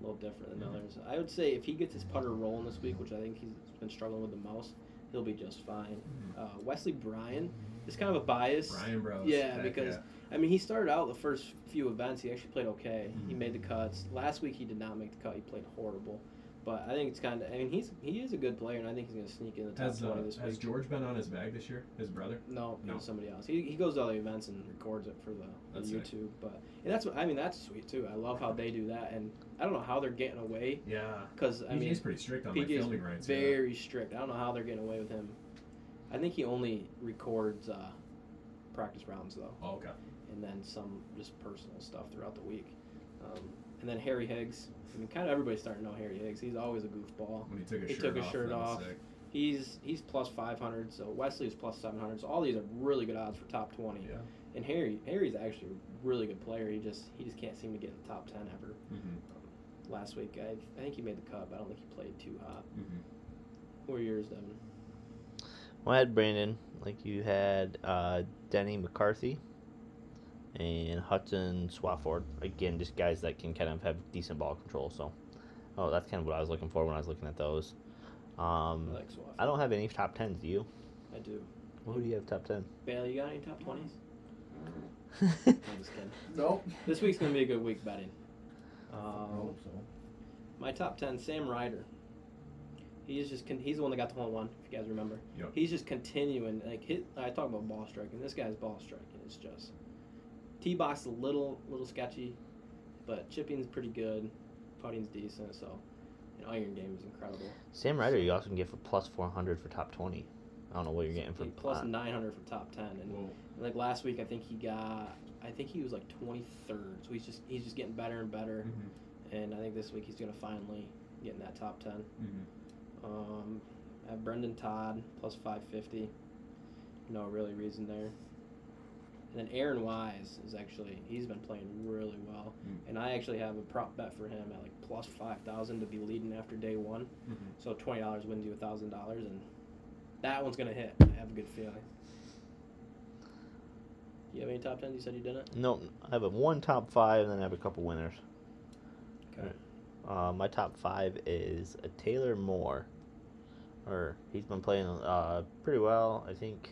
[SPEAKER 4] a little different than others. I would say if he gets his putter rolling this week, which I think he's been struggling with the most, he'll be just fine.
[SPEAKER 3] Mm-hmm.
[SPEAKER 4] Uh, Wesley Bryan is kind of a bias.
[SPEAKER 3] Brian Bros.
[SPEAKER 4] Yeah,
[SPEAKER 3] Heck
[SPEAKER 4] because
[SPEAKER 3] yeah.
[SPEAKER 4] I mean, he started out the first few events. He actually played okay. He
[SPEAKER 3] Mm-hmm.
[SPEAKER 4] made the cuts. Last week he did not make the cut. He played horrible. But I think it's kind of. I mean, he's he is a good player, and I think he's going to sneak in the top
[SPEAKER 3] has, uh,
[SPEAKER 4] twenty this
[SPEAKER 3] has
[SPEAKER 4] week.
[SPEAKER 3] George been on his bag this year? His brother.
[SPEAKER 4] No, no,
[SPEAKER 3] No.
[SPEAKER 4] somebody else. He, he goes to all the events and records it for the, the
[SPEAKER 3] That's sick.
[SPEAKER 4] YouTube. But and that's what I mean. That's sweet too. I love how they do that, and I don't know how they're getting away
[SPEAKER 3] Yeah.
[SPEAKER 4] because I
[SPEAKER 3] PGA's
[SPEAKER 4] mean
[SPEAKER 3] pretty strict on like
[SPEAKER 4] PJ
[SPEAKER 3] filming
[SPEAKER 4] is
[SPEAKER 3] rights.
[SPEAKER 4] very strict. I don't know how they're getting away with him. I think he only records uh, practice rounds though.
[SPEAKER 3] Yeah. Oh, okay.
[SPEAKER 4] and then some just personal stuff throughout the week. Um, and then Harry Higgs. I mean, kind of everybody's starting to know Harry Higgs. He's always a goofball.
[SPEAKER 3] When he took his
[SPEAKER 4] He
[SPEAKER 3] shirt
[SPEAKER 4] took his
[SPEAKER 3] off.
[SPEAKER 4] shirt
[SPEAKER 3] that was
[SPEAKER 4] off.
[SPEAKER 3] sick.
[SPEAKER 4] He's he's plus 500. So Wesley's plus 700. So all these are really good odds for top 20.
[SPEAKER 3] Yeah.
[SPEAKER 4] And Harry Harry's actually a really good player. He just he just can't seem to get in the top 10 ever.
[SPEAKER 3] Mm-hmm.
[SPEAKER 4] Last week, I, I think he made the cut, but I don't think he played too hot.
[SPEAKER 3] Mm-hmm.
[SPEAKER 4] Who are yours, Devin?
[SPEAKER 1] Well, I had Brandon. Like you had uh, Denny McCarthy and Hudson Swafford. Again, just guys that can kind of have decent ball control. So, oh, that's kind of what I was looking for when I was looking at those.
[SPEAKER 4] I
[SPEAKER 1] Um,
[SPEAKER 4] like Swaff.
[SPEAKER 1] I don't have any top tens. Do you?
[SPEAKER 4] I do.
[SPEAKER 1] Who do you have top ten?
[SPEAKER 4] Bailey, you got any top 20s? I'm just kidding.
[SPEAKER 5] Nope.
[SPEAKER 4] This week's going to be a good week betting.
[SPEAKER 5] I
[SPEAKER 4] Um,
[SPEAKER 5] hope so.
[SPEAKER 4] My top 10, Sam Ryder. He's just con- he's the one that got the hole in one. If you guys remember,
[SPEAKER 3] Yep.
[SPEAKER 4] he's just continuing like hit. I talk about ball striking. This guy's ball striking is just tee box a little little sketchy, but chipping's pretty good, putting's decent. So, an iron game is incredible.
[SPEAKER 1] Sam Ryder, you also can get for plus four hundred for top twenty. I don't know what you're getting for
[SPEAKER 4] He plus
[SPEAKER 1] uh,
[SPEAKER 4] nine hundred for top ten, and
[SPEAKER 3] Whoa.
[SPEAKER 4] like last week I think he got I think he was like twenty third. So he's just he's just getting better and better,
[SPEAKER 3] Mm-hmm,
[SPEAKER 4] and I think this week he's gonna finally get in that top ten.
[SPEAKER 3] mm-hmm,
[SPEAKER 4] Um, I have Brendan Todd plus 550. No really reason there. And then Aaron Wise is actually he's been playing really well,
[SPEAKER 3] Mm.
[SPEAKER 4] and I actually have a prop bet for him at like plus five thousand to be leading after day one.
[SPEAKER 3] Mhm.
[SPEAKER 4] So twenty dollars wins you thousand dollars, and that one's gonna hit. I have a good feeling. Do you have any top tens? You said you didn't.
[SPEAKER 1] No, I have a one top five, and then I have a couple winners.
[SPEAKER 4] Okay.
[SPEAKER 1] Uh, my top five is a Taylor Moore, or he's been playing uh, pretty well. I think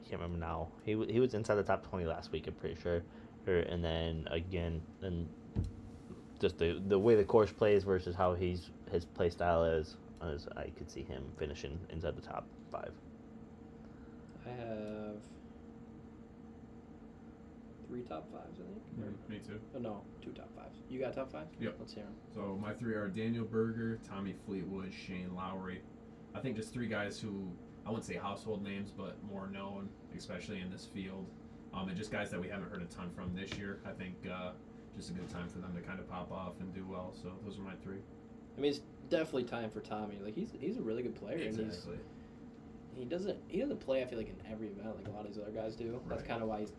[SPEAKER 1] I can't remember now. He w- he was inside the top twenty last week. I'm pretty sure. Or, and then again, and just the the way the course plays versus how he's his play style is, is I could see him finishing inside the top five.
[SPEAKER 4] I have three top fives, I think. or-
[SPEAKER 3] Mhm. Me too.
[SPEAKER 4] Oh, no, two top fives. You got top five?
[SPEAKER 3] Yep.
[SPEAKER 4] Let's hear them.
[SPEAKER 3] So my three are Daniel Berger, Tommy Fleetwood, Shane Lowry. I think just three guys who I wouldn't say household names, but more known, especially in this field, um, and just guys that we haven't heard a ton from this year. I think uh, just a good time for them to kind of pop off and do well. So those are my three.
[SPEAKER 4] I mean, it's definitely time for Tommy. Like he's he's a really good player, and he's
[SPEAKER 3] Exactly.
[SPEAKER 4] he doesn't he doesn't play. I feel like in every event, like a lot of these other guys do. That's
[SPEAKER 3] Right.
[SPEAKER 4] kind of why he's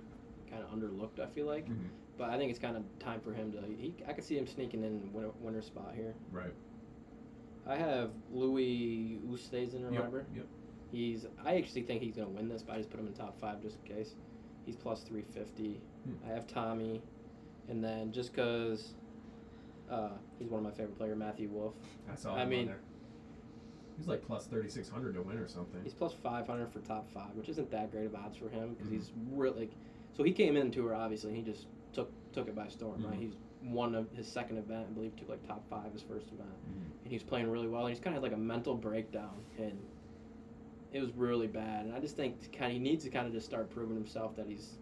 [SPEAKER 4] kind of underlooked. I feel like,
[SPEAKER 3] Mhm.
[SPEAKER 4] but I think it's kind of time for him to. He, I could see him sneaking in a winner, winner spot here.
[SPEAKER 3] Right.
[SPEAKER 4] I have Louis Oosthuizen
[SPEAKER 3] Yep,
[SPEAKER 4] or whatever.
[SPEAKER 3] Yep.
[SPEAKER 4] He's I actually think he's gonna win this, but I just put him in top five just in case. He's plus three fifty.
[SPEAKER 3] Hmm.
[SPEAKER 4] I have Tommy, and then just because uh, he's one of my favorite player, Matthew Wolf.
[SPEAKER 3] Oh, I saw.
[SPEAKER 4] I
[SPEAKER 3] him on
[SPEAKER 4] mean-
[SPEAKER 3] there. he's like plus thirty six hundred to win or something.
[SPEAKER 4] He's plus 500 for top five, which isn't that great of odds for him because he's really. Like, so he came into her obviously, and he just took took it by storm. Right,
[SPEAKER 3] Mhm.
[SPEAKER 4] he's won of his second event, I believe, took like top five his first event,
[SPEAKER 3] Mhm.
[SPEAKER 4] and he's playing really well. And he's kind of had like a mental breakdown, and it was really bad. And I just think kind of he needs to kind of just start proving himself that he's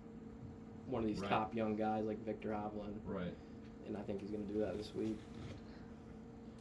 [SPEAKER 4] one of these
[SPEAKER 3] Right.
[SPEAKER 4] top young guys like Victor Hovland,
[SPEAKER 3] Right.
[SPEAKER 4] and I think he's gonna do that this week.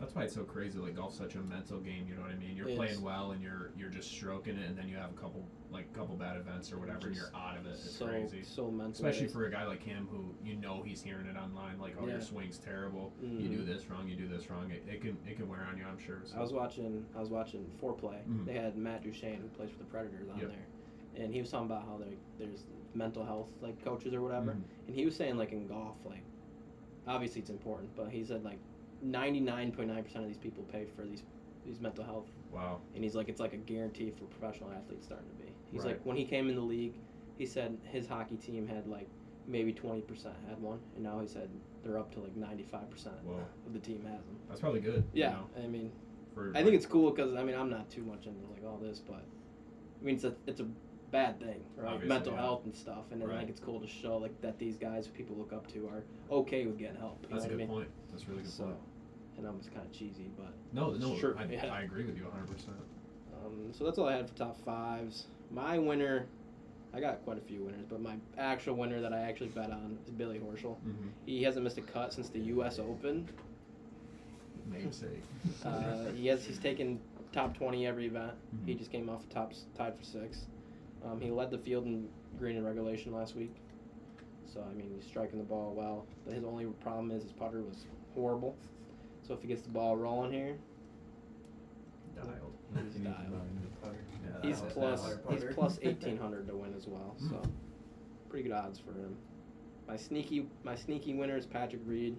[SPEAKER 3] That's why it's so crazy. Like golf's such a mental game. You know what I mean? You're
[SPEAKER 4] It is.
[SPEAKER 3] playing well and you're you're just stroking it, and then you have a couple like couple bad events or whatever, and
[SPEAKER 4] Just
[SPEAKER 3] you're out of it. It's
[SPEAKER 4] so
[SPEAKER 3] crazy.
[SPEAKER 4] so mental,
[SPEAKER 3] Especially for a guy like him who you know he's hearing it online, like oh
[SPEAKER 4] Yeah.
[SPEAKER 3] your swing's terrible, you
[SPEAKER 4] Mhm.
[SPEAKER 3] do this wrong, you do this wrong. It, it can it can wear on you, I'm sure. So.
[SPEAKER 4] I was watching. I was watching foreplay.
[SPEAKER 3] Mhm.
[SPEAKER 4] They had Matt Duchene, who plays for the Predators, on
[SPEAKER 3] Yep.
[SPEAKER 4] there, and he was talking about how there, there's mental health like coaches or whatever,
[SPEAKER 3] Mhm.
[SPEAKER 4] and he was saying like in golf, like obviously it's important, but he said like 99.9 percent of these people pay for these these mental health,
[SPEAKER 3] Wow.
[SPEAKER 4] and he's like it's like a guarantee for professional athletes starting to be. He's like
[SPEAKER 3] Right.
[SPEAKER 4] when he came in the league, he said his hockey team had like maybe 20 percent had one, and now he said they're up to like 95 percent
[SPEAKER 3] Whoa.
[SPEAKER 4] of the team has them.
[SPEAKER 3] That's probably good.
[SPEAKER 4] Yeah,
[SPEAKER 3] You know,
[SPEAKER 4] I mean.
[SPEAKER 3] for,
[SPEAKER 4] I think it's cool because I mean I'm not too much into like all this, but I mean it's a it's a bad thing, right?
[SPEAKER 3] Obviously,
[SPEAKER 4] Mental
[SPEAKER 3] yeah.
[SPEAKER 4] health and stuff, and then I
[SPEAKER 3] Right.
[SPEAKER 4] think it's cool to show like that these guys who people look up to are okay with getting help. You
[SPEAKER 3] that's a
[SPEAKER 4] know
[SPEAKER 3] good
[SPEAKER 4] what I mean?
[SPEAKER 3] point. That's a really good
[SPEAKER 4] so,
[SPEAKER 3] point.
[SPEAKER 4] and I'm just kind of cheesy, but
[SPEAKER 3] No, no,
[SPEAKER 4] Sure,
[SPEAKER 3] I,
[SPEAKER 4] yeah.
[SPEAKER 3] I agree with you 100. percent
[SPEAKER 4] um, so that's all I had for top fives. My winner, I got quite a few winners, but my actual winner that I actually bet on is Billy Horschel. He hasn't missed a cut since the U.S. Open.
[SPEAKER 3] Namesake.
[SPEAKER 4] Uh, he has he's taken top twenty every event. He
[SPEAKER 3] Mhm.
[SPEAKER 4] just came off the top tied for six. Um, he led the field in green and regulation last week. So I mean, he's striking the ball well. But his only problem is his putter was horrible. So if he gets the ball rolling here,
[SPEAKER 3] Dialed.
[SPEAKER 4] he's
[SPEAKER 5] You need to
[SPEAKER 4] dialed.
[SPEAKER 5] learn to putter.
[SPEAKER 3] Yeah,
[SPEAKER 4] He's
[SPEAKER 3] that's-
[SPEAKER 4] plus
[SPEAKER 3] that's-
[SPEAKER 5] that's-
[SPEAKER 4] he's plus eighteen hundred to win as well. So pretty good odds for him. My sneaky my sneaky winner is Patrick Reed.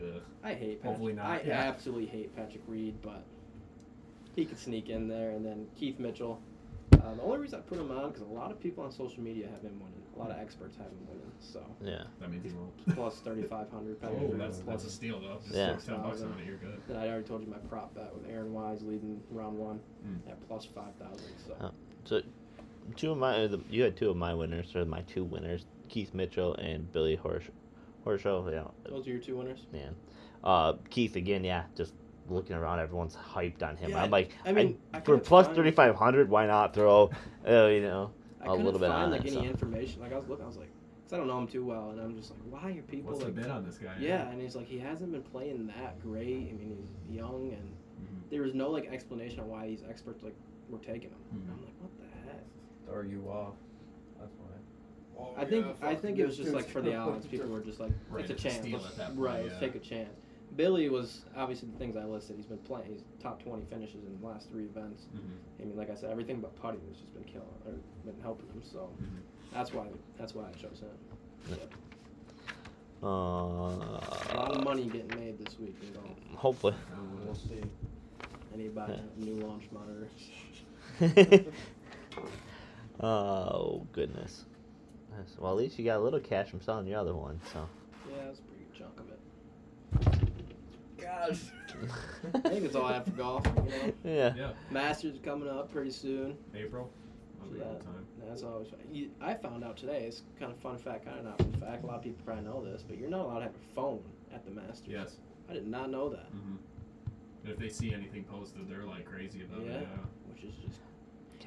[SPEAKER 3] Ugh.
[SPEAKER 4] I hate Patrick.
[SPEAKER 3] Hopefully not,
[SPEAKER 4] I
[SPEAKER 3] yeah.
[SPEAKER 4] absolutely hate Patrick Reed, but he could sneak in there. And then Keith Mitchell. Uh, the only reason I put him on because a lot of people on social media have him winning. A lot of experts have him winning. So
[SPEAKER 1] Yeah,
[SPEAKER 3] That means he won't.
[SPEAKER 4] plus thirty five hundred.
[SPEAKER 3] Oh, that's that's a steal though. Just
[SPEAKER 1] Yeah.
[SPEAKER 3] throw ten bucks on it, you're good.
[SPEAKER 4] And I already told you my prop bet with Aaron Wise leading round one
[SPEAKER 3] Mm.
[SPEAKER 4] at plus five thousand. So
[SPEAKER 1] Oh. two of my uh, the, you had two of my winners, or my two winners, Keith Mitchell and Billy Horsch, Horschel. Yeah,
[SPEAKER 4] those are your two winners.
[SPEAKER 1] man. Uh, Keith again, yeah, just looking around, everyone's hyped on him.
[SPEAKER 4] Yeah,
[SPEAKER 1] I'm like,
[SPEAKER 4] I mean, I
[SPEAKER 1] for
[SPEAKER 4] couldn't
[SPEAKER 1] plus
[SPEAKER 4] find-
[SPEAKER 1] 3,500, why not throw, uh, you know,
[SPEAKER 4] I
[SPEAKER 1] a
[SPEAKER 4] couldn't
[SPEAKER 1] little bit
[SPEAKER 4] find
[SPEAKER 1] on
[SPEAKER 4] like
[SPEAKER 1] it,
[SPEAKER 4] any
[SPEAKER 1] so.
[SPEAKER 4] information. Like I was looking, I was like, 'cause I don't know him too well, and I'm just like, why are people
[SPEAKER 3] What's the
[SPEAKER 4] like?
[SPEAKER 3] bid on this guy?
[SPEAKER 4] yeah, and he's like, he hasn't been playing that great. I mean, he's young, and
[SPEAKER 3] Mhm.
[SPEAKER 4] there was no like explanation on why these experts like were taking him.
[SPEAKER 3] Mhm.
[SPEAKER 4] I'm like, what the heck?
[SPEAKER 5] To argue off. That's why.
[SPEAKER 4] I think I think it was just like for the odds. People were just like,
[SPEAKER 3] Right,
[SPEAKER 4] it's a
[SPEAKER 3] it's
[SPEAKER 4] chance.
[SPEAKER 3] steal
[SPEAKER 4] Let's-
[SPEAKER 3] at that point,
[SPEAKER 4] right, let's
[SPEAKER 3] yeah.
[SPEAKER 4] take a chance. Billy was obviously the things I listed. He's been playing. He's top twenty finishes in the last three events.
[SPEAKER 3] Mhm.
[SPEAKER 4] I mean, like I said, everything but putting has just been killing or been helping him. So
[SPEAKER 3] Mhm.
[SPEAKER 4] that's why that's why I chose him.
[SPEAKER 1] Uh,
[SPEAKER 4] A lot of money getting made this week in golf.
[SPEAKER 1] Hopefully.
[SPEAKER 5] We'll see.
[SPEAKER 4] Anybody
[SPEAKER 1] Yeah.
[SPEAKER 4] a new launch monitor?
[SPEAKER 1] oh goodness. Yes, Well, at least you got a little cash from selling your other one, so.
[SPEAKER 4] Yeah, that's a pretty good chunk of it.
[SPEAKER 5] Gosh.
[SPEAKER 4] I think that's all I have for golf. You know?
[SPEAKER 1] Yeah.
[SPEAKER 3] Yeah,
[SPEAKER 4] Masters coming up pretty soon.
[SPEAKER 3] April. That'll be a good
[SPEAKER 4] Yeah.
[SPEAKER 3] time.
[SPEAKER 4] That's always fun. You, I found out today. It's kind of fun fact, kind of not fun fact. A lot of people probably know this, but you're not allowed to have a phone at the Masters.
[SPEAKER 3] Yes.
[SPEAKER 4] I did not know that,
[SPEAKER 3] Mm-hmm. And if they see anything posted, they're like crazy about
[SPEAKER 4] Yeah.
[SPEAKER 3] it. Yeah.
[SPEAKER 4] which is just.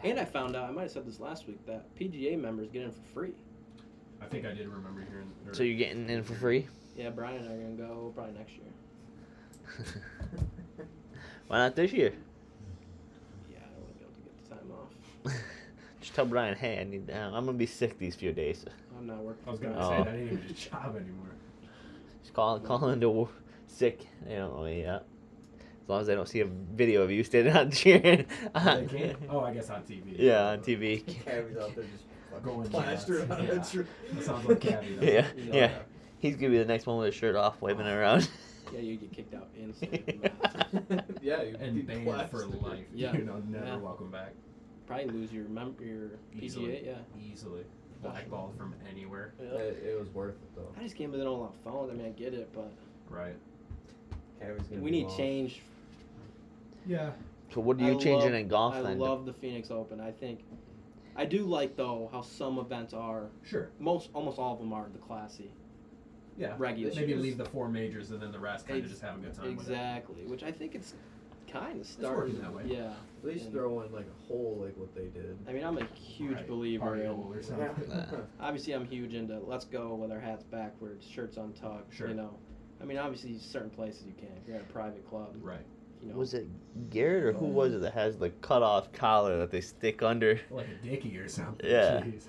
[SPEAKER 4] And I found out. I might have said this last week that PGA members get in for free.
[SPEAKER 3] I think I did remember hearing. Or,
[SPEAKER 1] So you're getting in for free?
[SPEAKER 4] Yeah, Brian and I are gonna go probably next year.
[SPEAKER 1] Why not this year?
[SPEAKER 4] Yeah, I don't want to be able to get the time off.
[SPEAKER 1] Just tell Brian, hey, I need. Uh, I'm gonna be sick these few days.
[SPEAKER 4] I'm not working.
[SPEAKER 3] I was gonna
[SPEAKER 4] for
[SPEAKER 3] say
[SPEAKER 1] Oh.
[SPEAKER 3] that ain't even a job anymore.
[SPEAKER 1] Just call, call into wo- sick. They don't know me yet. As long as they don't see a video of you standing out cheering.
[SPEAKER 3] They can't. Oh, I guess on TV.
[SPEAKER 1] yeah, on TV.
[SPEAKER 5] Cabbies out there just fucking
[SPEAKER 3] Going
[SPEAKER 5] plastered
[SPEAKER 3] nuts.
[SPEAKER 5] on
[SPEAKER 3] Yeah.
[SPEAKER 5] the tree.
[SPEAKER 3] That sounds like Cabby, though.
[SPEAKER 1] Yeah,
[SPEAKER 4] Yeah.
[SPEAKER 1] yeah. He's gonna be the next one with his shirt off, waving it around.
[SPEAKER 4] Yeah, you get kicked out instantly. from that.
[SPEAKER 5] yeah, you'd be
[SPEAKER 3] And banned for
[SPEAKER 5] plastered.
[SPEAKER 3] life.
[SPEAKER 4] Yeah.
[SPEAKER 3] You know, never
[SPEAKER 4] Yeah.
[SPEAKER 3] welcome back.
[SPEAKER 4] probably lose your mem- your PGA.
[SPEAKER 3] Easily.
[SPEAKER 4] Yeah.
[SPEAKER 3] Easily. Blackballed from anywhere.
[SPEAKER 5] It, it was worth it though.
[SPEAKER 4] I just can't believe they don't allow phones. I mean, I get it, but
[SPEAKER 3] Right.
[SPEAKER 5] Cabbies gonna
[SPEAKER 4] we
[SPEAKER 5] be
[SPEAKER 4] need
[SPEAKER 5] lost.
[SPEAKER 4] change
[SPEAKER 3] Yeah.
[SPEAKER 1] So what are
[SPEAKER 4] I
[SPEAKER 1] you changing
[SPEAKER 4] love-
[SPEAKER 1] in golf
[SPEAKER 4] I
[SPEAKER 1] then?
[SPEAKER 4] love the Phoenix Open. I think I do like though how some events are
[SPEAKER 3] Sure.
[SPEAKER 4] most almost all of them are the classy.
[SPEAKER 3] Yeah.
[SPEAKER 4] Regular.
[SPEAKER 3] Maybe leave the four majors and then the rest kind of just have a good time with it.
[SPEAKER 4] exactly, which I think it's kind of
[SPEAKER 3] working
[SPEAKER 4] starting
[SPEAKER 3] that way.
[SPEAKER 4] Yeah,
[SPEAKER 5] At least throw in like a hole like what they did.
[SPEAKER 4] I mean I'm a huge
[SPEAKER 3] Right.
[SPEAKER 4] believer
[SPEAKER 3] Party
[SPEAKER 4] in.
[SPEAKER 3] hole or something.
[SPEAKER 1] Nah.
[SPEAKER 4] Obviously, I'm huge into let's go with our hats backwards, shirts untucked.
[SPEAKER 3] Sure.
[SPEAKER 4] You know, I mean obviously certain places you can. If you're at a private club,
[SPEAKER 3] Right.
[SPEAKER 4] you know.
[SPEAKER 1] Was it Garrett or who was it that has the cut off collar that they stick under?
[SPEAKER 3] Like a dicky or something.
[SPEAKER 1] Yeah.
[SPEAKER 3] Jeez.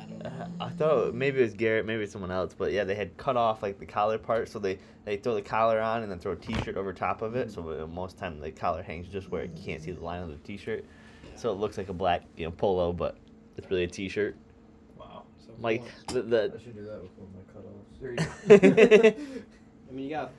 [SPEAKER 4] I don't
[SPEAKER 1] Uh,
[SPEAKER 4] know.
[SPEAKER 1] I thought maybe it was Garrett, maybe it's someone else, but yeah, they had cut off like the collar part, so they they throw the collar on and then throw a T-shirt over top of it. So uh, most time the collar hangs just where you can't see the line of the T-shirt, so it looks like a black you know polo, but it's really a T-shirt.
[SPEAKER 3] Wow.
[SPEAKER 4] So
[SPEAKER 1] Like
[SPEAKER 4] cool.
[SPEAKER 1] the,
[SPEAKER 5] I
[SPEAKER 1] the
[SPEAKER 5] should do that with one of my
[SPEAKER 1] There
[SPEAKER 5] cutoffs.
[SPEAKER 4] I mean, you got.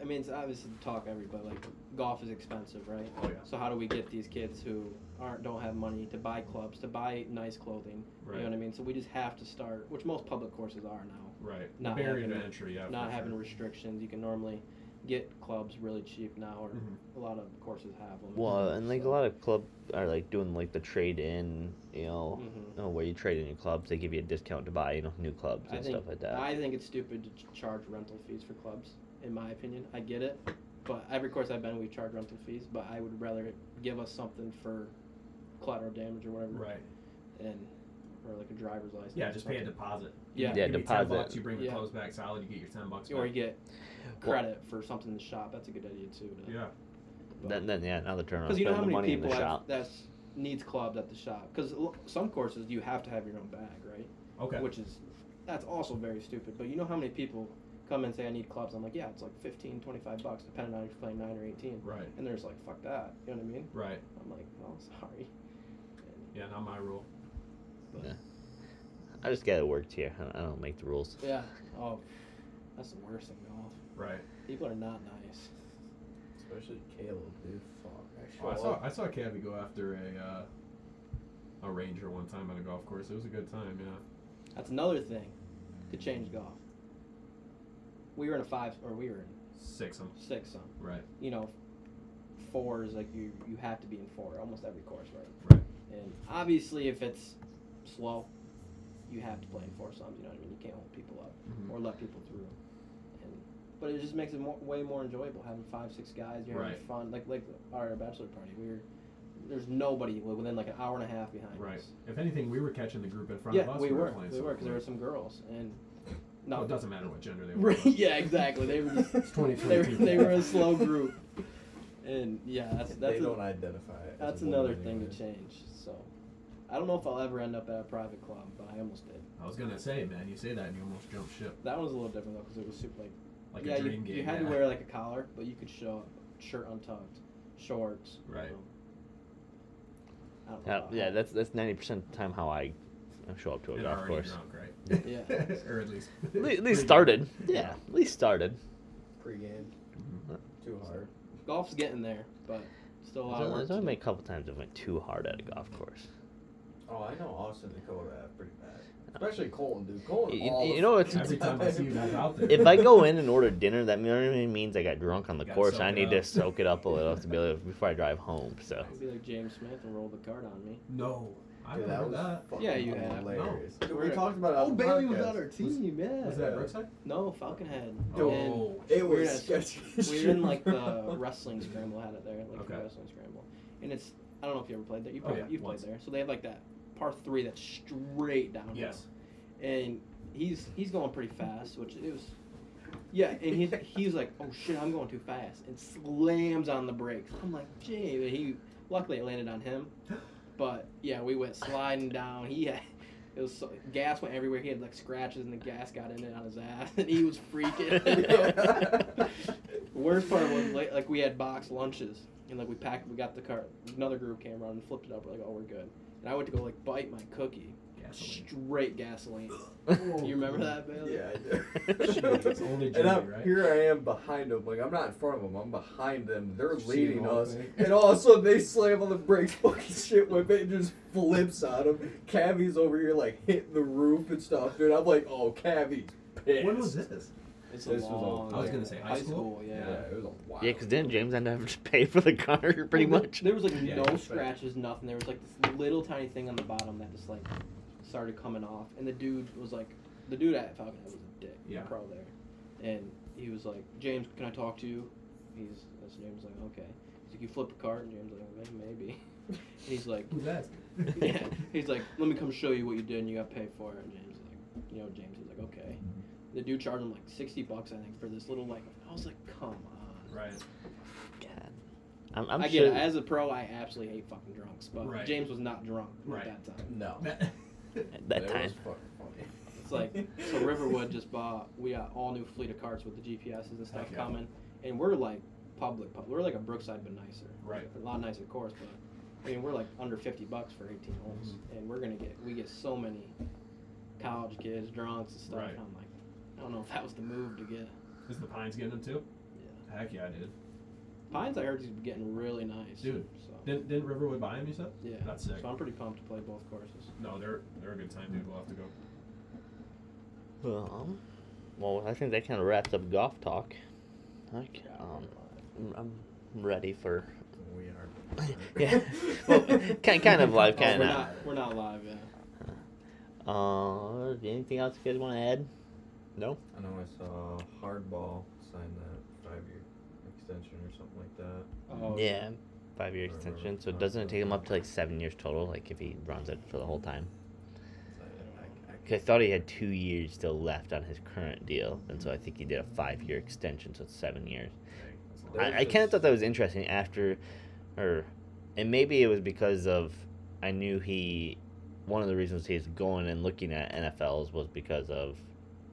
[SPEAKER 4] I mean, it's obviously the talk everybody like golf is expensive, right?
[SPEAKER 3] Oh, yeah.
[SPEAKER 4] So how do we get these kids who aren't don't have money to buy clubs, to buy nice clothing? You
[SPEAKER 3] Right.
[SPEAKER 4] know what I mean? So we just have to start, which most public courses are now,
[SPEAKER 3] Right.
[SPEAKER 4] Not
[SPEAKER 3] Barrier
[SPEAKER 4] having
[SPEAKER 3] to
[SPEAKER 4] it.
[SPEAKER 3] entry. Yeah.
[SPEAKER 4] not
[SPEAKER 3] for
[SPEAKER 4] having
[SPEAKER 3] sure.
[SPEAKER 4] restrictions. You can normally get clubs really cheap now, or
[SPEAKER 3] Mhm.
[SPEAKER 4] a lot of courses have them.
[SPEAKER 1] well, and like a lot of club are like doing like the trade in, you know,
[SPEAKER 4] Mhm.
[SPEAKER 1] you know, where you trade in your clubs, they give you a discount to buy you know new clubs
[SPEAKER 4] I
[SPEAKER 1] and
[SPEAKER 4] think
[SPEAKER 1] stuff like that.
[SPEAKER 4] I think it's stupid to ch- charge rental fees for clubs. In my opinion, I get it, but every course I've been, we've charged rental fees. But I would rather give us something for collateral damage or whatever.
[SPEAKER 3] Right.
[SPEAKER 4] and or like a driver's license.
[SPEAKER 3] Yeah,
[SPEAKER 4] or
[SPEAKER 3] just pay a
[SPEAKER 4] something.
[SPEAKER 3] deposit.
[SPEAKER 4] Yeah.
[SPEAKER 1] Yeah,
[SPEAKER 3] give me 10
[SPEAKER 1] deposit.
[SPEAKER 3] bucks, you bring the
[SPEAKER 4] Yeah.
[SPEAKER 3] clothes back solid, you get your ten bucks.
[SPEAKER 4] Or you
[SPEAKER 3] back.
[SPEAKER 4] get
[SPEAKER 1] Well-
[SPEAKER 4] credit for something in the shop. That's a good idea too.
[SPEAKER 3] yeah.
[SPEAKER 1] then, then yeah, now they're turning on
[SPEAKER 4] Because you know how
[SPEAKER 1] spending the money
[SPEAKER 4] many
[SPEAKER 1] in
[SPEAKER 4] people
[SPEAKER 1] the
[SPEAKER 4] have,
[SPEAKER 1] shop.
[SPEAKER 4] that's needs clubs at the shop. Because some courses you have to have your own bag, right?
[SPEAKER 3] Okay.
[SPEAKER 4] Which is that's also very stupid. But you know how many people come and say I need clubs. I'm like, yeah, it's like 15, 25 bucks depending on if you're playing nine or eighteen.
[SPEAKER 3] Right.
[SPEAKER 4] And they're just like, fuck that. You know what I mean?
[SPEAKER 3] Right.
[SPEAKER 4] I'm like, well, sorry.
[SPEAKER 3] Yeah. Not my rule.
[SPEAKER 1] I just get it worked here. I don't, I don't make the rules.
[SPEAKER 4] Yeah. Oh, that's the worst thing golf.
[SPEAKER 3] Right.
[SPEAKER 4] People are not nice.
[SPEAKER 5] Especially Caleb, dude. Fuck.
[SPEAKER 3] Oh, I
[SPEAKER 5] show
[SPEAKER 3] saw
[SPEAKER 5] up.
[SPEAKER 3] I saw Cabby go after a uh, a ranger one time on a golf course. It was a good time, yeah.
[SPEAKER 4] That's another thing to change golf. We were in a five, or we were in
[SPEAKER 3] Six them,
[SPEAKER 4] six. Some,
[SPEAKER 3] right?
[SPEAKER 4] you know, fours like you you have to be in four almost every course, right?
[SPEAKER 3] Right.
[SPEAKER 4] And obviously, if it's slow, you have to play in four sums. You know what I mean? You can't hold people up
[SPEAKER 3] Mhm.
[SPEAKER 4] or let people through. And But it just makes it more, way more enjoyable having five, six guys. You're having
[SPEAKER 3] Right.
[SPEAKER 4] fun. Like like our bachelor party, we were there's nobody within like an hour and a half behind
[SPEAKER 3] Right.
[SPEAKER 4] us.
[SPEAKER 3] If anything, we were catching the group in front of
[SPEAKER 4] Yeah,
[SPEAKER 3] us.
[SPEAKER 4] we were,
[SPEAKER 3] playing
[SPEAKER 4] we were, because there were
[SPEAKER 3] something.
[SPEAKER 4] some girls and
[SPEAKER 3] No,
[SPEAKER 4] no,
[SPEAKER 3] it doesn't matter what gender they were.
[SPEAKER 4] Right, yeah, exactly. They were just
[SPEAKER 3] It's 23
[SPEAKER 4] they were,
[SPEAKER 3] people.
[SPEAKER 4] they were a slow group, and yeah, that's
[SPEAKER 5] they
[SPEAKER 4] that's
[SPEAKER 5] don't
[SPEAKER 4] a,
[SPEAKER 5] identify. as
[SPEAKER 4] that's
[SPEAKER 5] women
[SPEAKER 4] another thing
[SPEAKER 5] anyway.
[SPEAKER 4] to change. So, I don't know if I'll ever end up at a private club, but I almost did.
[SPEAKER 3] I was gonna say, man, you say that and you almost jump ship
[SPEAKER 4] That one was a little different though, because it was super like
[SPEAKER 3] like
[SPEAKER 4] yeah,
[SPEAKER 3] a dream
[SPEAKER 4] you,
[SPEAKER 3] game.
[SPEAKER 4] you had
[SPEAKER 3] yeah.
[SPEAKER 4] to wear like a collar, but you could show up shirt untucked, shorts. you
[SPEAKER 3] Right.
[SPEAKER 4] know. I don't know
[SPEAKER 1] Yeah,
[SPEAKER 4] about
[SPEAKER 1] Uh, yeah,
[SPEAKER 4] that.
[SPEAKER 1] that's that's ninety percent of the time how I show up to a
[SPEAKER 3] and
[SPEAKER 1] golf
[SPEAKER 3] already
[SPEAKER 1] course.
[SPEAKER 3] drunk, right?
[SPEAKER 4] Yeah.
[SPEAKER 3] or at least
[SPEAKER 1] At le- at least
[SPEAKER 3] pre-
[SPEAKER 1] started. Yeah, at least started.
[SPEAKER 5] Pre-game, too hard.
[SPEAKER 4] golf's getting there, but still a lot of work.
[SPEAKER 1] There's
[SPEAKER 4] to
[SPEAKER 1] only
[SPEAKER 4] do.
[SPEAKER 1] been a couple times I went too hard at a golf course.
[SPEAKER 5] Oh, I know Austin and Dakota have pretty bad. Especially Colton, dude. Colton,
[SPEAKER 1] You- you-
[SPEAKER 5] all the
[SPEAKER 1] you know what's-
[SPEAKER 5] fucking
[SPEAKER 3] Every time I see you guys out there.
[SPEAKER 1] If I go in and order dinner, that merely means I got drunk on the
[SPEAKER 3] Gotta
[SPEAKER 1] course.
[SPEAKER 3] soak
[SPEAKER 1] I
[SPEAKER 3] it
[SPEAKER 1] need to
[SPEAKER 3] up.
[SPEAKER 1] soak it up a little to be able, before I drive home. So
[SPEAKER 4] It'd be like James Smith and roll the card on me.
[SPEAKER 3] No, I
[SPEAKER 5] Dude,
[SPEAKER 3] remember
[SPEAKER 5] that was
[SPEAKER 3] that.
[SPEAKER 5] fucking
[SPEAKER 4] Yeah, you have.
[SPEAKER 5] hilarious.
[SPEAKER 4] No.
[SPEAKER 5] Dude, we talked
[SPEAKER 4] Oh,
[SPEAKER 5] about it. on the podcast.
[SPEAKER 4] yeah.
[SPEAKER 3] Was that Brookside?
[SPEAKER 4] No, Falcon Head.
[SPEAKER 5] Dude,
[SPEAKER 4] And
[SPEAKER 3] Oh,
[SPEAKER 5] It
[SPEAKER 4] We're
[SPEAKER 5] was
[SPEAKER 4] in a-
[SPEAKER 5] sketchy.
[SPEAKER 4] we were in like the wrestling scramble had it there, like
[SPEAKER 3] Okay.
[SPEAKER 4] the wrestling scramble. And it's I don't know if you ever played there. You
[SPEAKER 3] Oh,
[SPEAKER 4] probably
[SPEAKER 3] yeah,
[SPEAKER 4] you've
[SPEAKER 3] once.
[SPEAKER 4] played there. So they have like that par three that's straight down.
[SPEAKER 3] yes.
[SPEAKER 4] And he's he's going pretty fast, which it was yeah, and he's he's like, Oh shit, I'm going too fast and slams on the brakes. I'm like, gee and he luckily it landed on him. But yeah, we went sliding down. He had it was so, gas went everywhere. He had like scratches, and the gas got in it on his ass, and he was freaking. Worst part was like, like we had box lunches, and like we packed, we got the car. Another group came around and flipped it up. We're like, oh, we're good. And I went to go like bite my cookie,
[SPEAKER 3] Gasoline.
[SPEAKER 4] straight gasoline.
[SPEAKER 3] Oh,
[SPEAKER 4] You remember that, Bailey?
[SPEAKER 5] Yeah, I do.
[SPEAKER 3] It's only
[SPEAKER 5] and I'm,
[SPEAKER 3] Jimmy, right?
[SPEAKER 5] here I am behind them. Like I'm not in front of them. I'm behind them. They're
[SPEAKER 3] See
[SPEAKER 5] leading
[SPEAKER 3] the whole
[SPEAKER 5] us,
[SPEAKER 3] thing?
[SPEAKER 5] and all of a sudden they slam on the brakes. Fucking shit! My man just flips on him. Cavi's over here like hitting the roof and stuff, dude. I'm like, oh, Cavi's pissed.
[SPEAKER 3] When was this?
[SPEAKER 4] It's
[SPEAKER 5] This was a-
[SPEAKER 4] long.
[SPEAKER 5] I was
[SPEAKER 3] gonna say high school?
[SPEAKER 4] yeah.
[SPEAKER 5] Yeah, it was a while.
[SPEAKER 1] yeah, because didn't James end up having to pay for the car pretty
[SPEAKER 4] Well,
[SPEAKER 1] much?
[SPEAKER 4] There, there was like
[SPEAKER 3] Yeah,
[SPEAKER 4] no
[SPEAKER 5] that's fair.
[SPEAKER 4] scratches, nothing. There was like this little tiny thing on the bottom that just like started coming off, and the dude was like, the dude at Falcon Head was a dick,
[SPEAKER 3] Yeah.
[SPEAKER 4] pro there, and he was like, James, can I talk to you? He's and James like, okay. He's like, you flip a cart, and James like, "May- maybe. and he's like,
[SPEAKER 3] Who's that?
[SPEAKER 4] yeah. He's like, let me come show you what you did, and you got paid for it. And James is like, you know, James is like, okay. The dude charged him like sixty bucks, I think, for this little like. I was like, come on.
[SPEAKER 3] Right.
[SPEAKER 1] God. I'm, I'm
[SPEAKER 4] I
[SPEAKER 1] sure.
[SPEAKER 4] get it. As a pro, I absolutely hate fucking drunks, but
[SPEAKER 3] Right.
[SPEAKER 4] James was not drunk
[SPEAKER 3] Right.
[SPEAKER 4] at that time.
[SPEAKER 5] No.
[SPEAKER 3] That-
[SPEAKER 1] at that
[SPEAKER 5] It
[SPEAKER 1] time,
[SPEAKER 5] was fucking
[SPEAKER 4] It's like, so Riverwood just bought, we got all new fleet of carts with the GPSs and stuff
[SPEAKER 3] Heck yeah.
[SPEAKER 4] coming, and we're like public, pub- we're like a Brookside but nicer.
[SPEAKER 3] Right.
[SPEAKER 4] A lot nicer course, but I mean, we're like under 50 bucks for 18 holes,
[SPEAKER 3] Mm-hmm.
[SPEAKER 4] and we're going to get, we get so many college kids, drunks and stuff,
[SPEAKER 3] Right.
[SPEAKER 4] and I'm like, I don't know if that was the move to get.
[SPEAKER 3] Is the Pines getting them too?
[SPEAKER 4] Yeah.
[SPEAKER 3] Heck yeah, I did.
[SPEAKER 4] Pines, I heard, is getting really nice.
[SPEAKER 3] Dude,
[SPEAKER 4] So,
[SPEAKER 3] Didn't, didn't Riverwood buy them, you said?
[SPEAKER 4] yeah.
[SPEAKER 3] That's sick.
[SPEAKER 4] So I'm pretty pumped to play both courses.
[SPEAKER 3] No, they're they're a good time, dude. We'll have to go.
[SPEAKER 1] um, well, I think that kind of wraps up golf talk. Like, um, I'm- I'm ready for.
[SPEAKER 5] We are.
[SPEAKER 1] yeah, well, kind kind of live,
[SPEAKER 4] Oh,
[SPEAKER 1] kind
[SPEAKER 4] we're
[SPEAKER 1] of.
[SPEAKER 4] not, we're not live, yeah.
[SPEAKER 1] Uh, anything else you guys want to add? No.
[SPEAKER 5] I know I saw Hardball sign that five-year extension or something like that.
[SPEAKER 4] Oh,
[SPEAKER 1] Yeah, five year
[SPEAKER 5] Or-
[SPEAKER 1] extension. So
[SPEAKER 5] or-
[SPEAKER 1] doesn't it take him up to like seven years total? Like if he runs it for the whole time?
[SPEAKER 5] I, I, I
[SPEAKER 1] 'Cause I thought he had two years still left on his current deal, and so I think he did a five year extension, so it's seven years.
[SPEAKER 3] Dang, that's a lot.
[SPEAKER 5] There's
[SPEAKER 1] I, I kind of
[SPEAKER 5] this-
[SPEAKER 1] thought that was interesting after, or, and maybe it was because of I knew he, one of the reasons he's going and looking at NFLs was because of,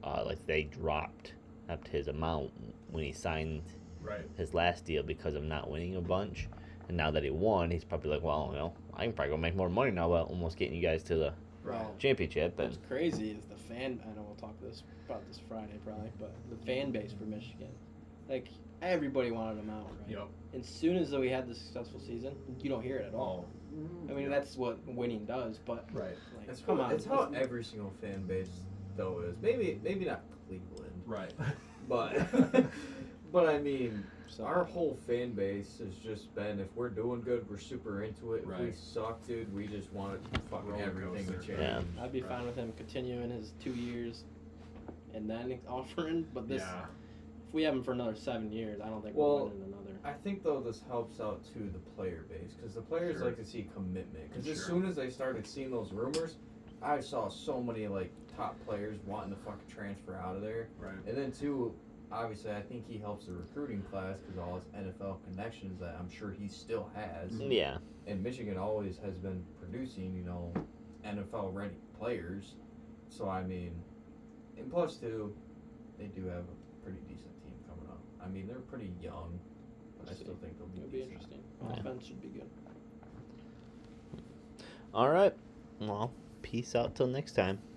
[SPEAKER 1] uh, like they dropped up his amount when he signed
[SPEAKER 3] Right.
[SPEAKER 1] his last deal because of not winning a bunch. And now that he won, he's probably like, well, you know, I can probably go make more money now by almost getting you guys to the
[SPEAKER 4] Well,
[SPEAKER 1] championship.
[SPEAKER 4] what's
[SPEAKER 1] And
[SPEAKER 4] crazy is the fan. I know we'll talk this about this Friday probably, but the fan base for Michigan, like everybody wanted him out, right?
[SPEAKER 3] Yep.
[SPEAKER 4] And soon as we had the successful season, you don't hear it at all. I mean, that's what winning does, but
[SPEAKER 3] Right.
[SPEAKER 4] like,
[SPEAKER 5] It's
[SPEAKER 4] come
[SPEAKER 5] how,
[SPEAKER 4] on,
[SPEAKER 5] It's how every single fan base though is. Maybe maybe not Cleveland,
[SPEAKER 3] Right.
[SPEAKER 5] but but I mean
[SPEAKER 4] so-
[SPEAKER 3] Um,
[SPEAKER 5] our whole fan base has just been if we're doing good, we're super into it. If we
[SPEAKER 3] Right.
[SPEAKER 5] suck, dude, we just want it fucking
[SPEAKER 3] Roller
[SPEAKER 5] everything to
[SPEAKER 3] coaster.
[SPEAKER 5] change.
[SPEAKER 1] Yeah.
[SPEAKER 4] I'd be fine with him continuing his two years, and then offering, but this
[SPEAKER 3] yeah.
[SPEAKER 4] we have him for another seven years, I don't think
[SPEAKER 2] Well,
[SPEAKER 4] we're winning another.
[SPEAKER 2] I think though this helps out too the player base because the players
[SPEAKER 3] Sure.
[SPEAKER 2] like to see commitment. Because as
[SPEAKER 3] Sure.
[SPEAKER 2] soon as I started seeing those rumors, I saw so many like top players wanting to fucking transfer out of there.
[SPEAKER 3] Right.
[SPEAKER 2] And then too, obviously, I think he helps the recruiting class because all his NFL connections that I'm sure he still has.
[SPEAKER 1] Yeah.
[SPEAKER 2] And Michigan always has been producing, you know, NFL ready players. So I mean, and plus too, they do have a pretty decent team coming up. I mean, they're pretty young, but I
[SPEAKER 4] Let's see.
[SPEAKER 2] still think they'll be,
[SPEAKER 4] It'll be
[SPEAKER 2] decent.
[SPEAKER 4] interesting. Offense should be good.
[SPEAKER 1] All right. Well, peace out till next time.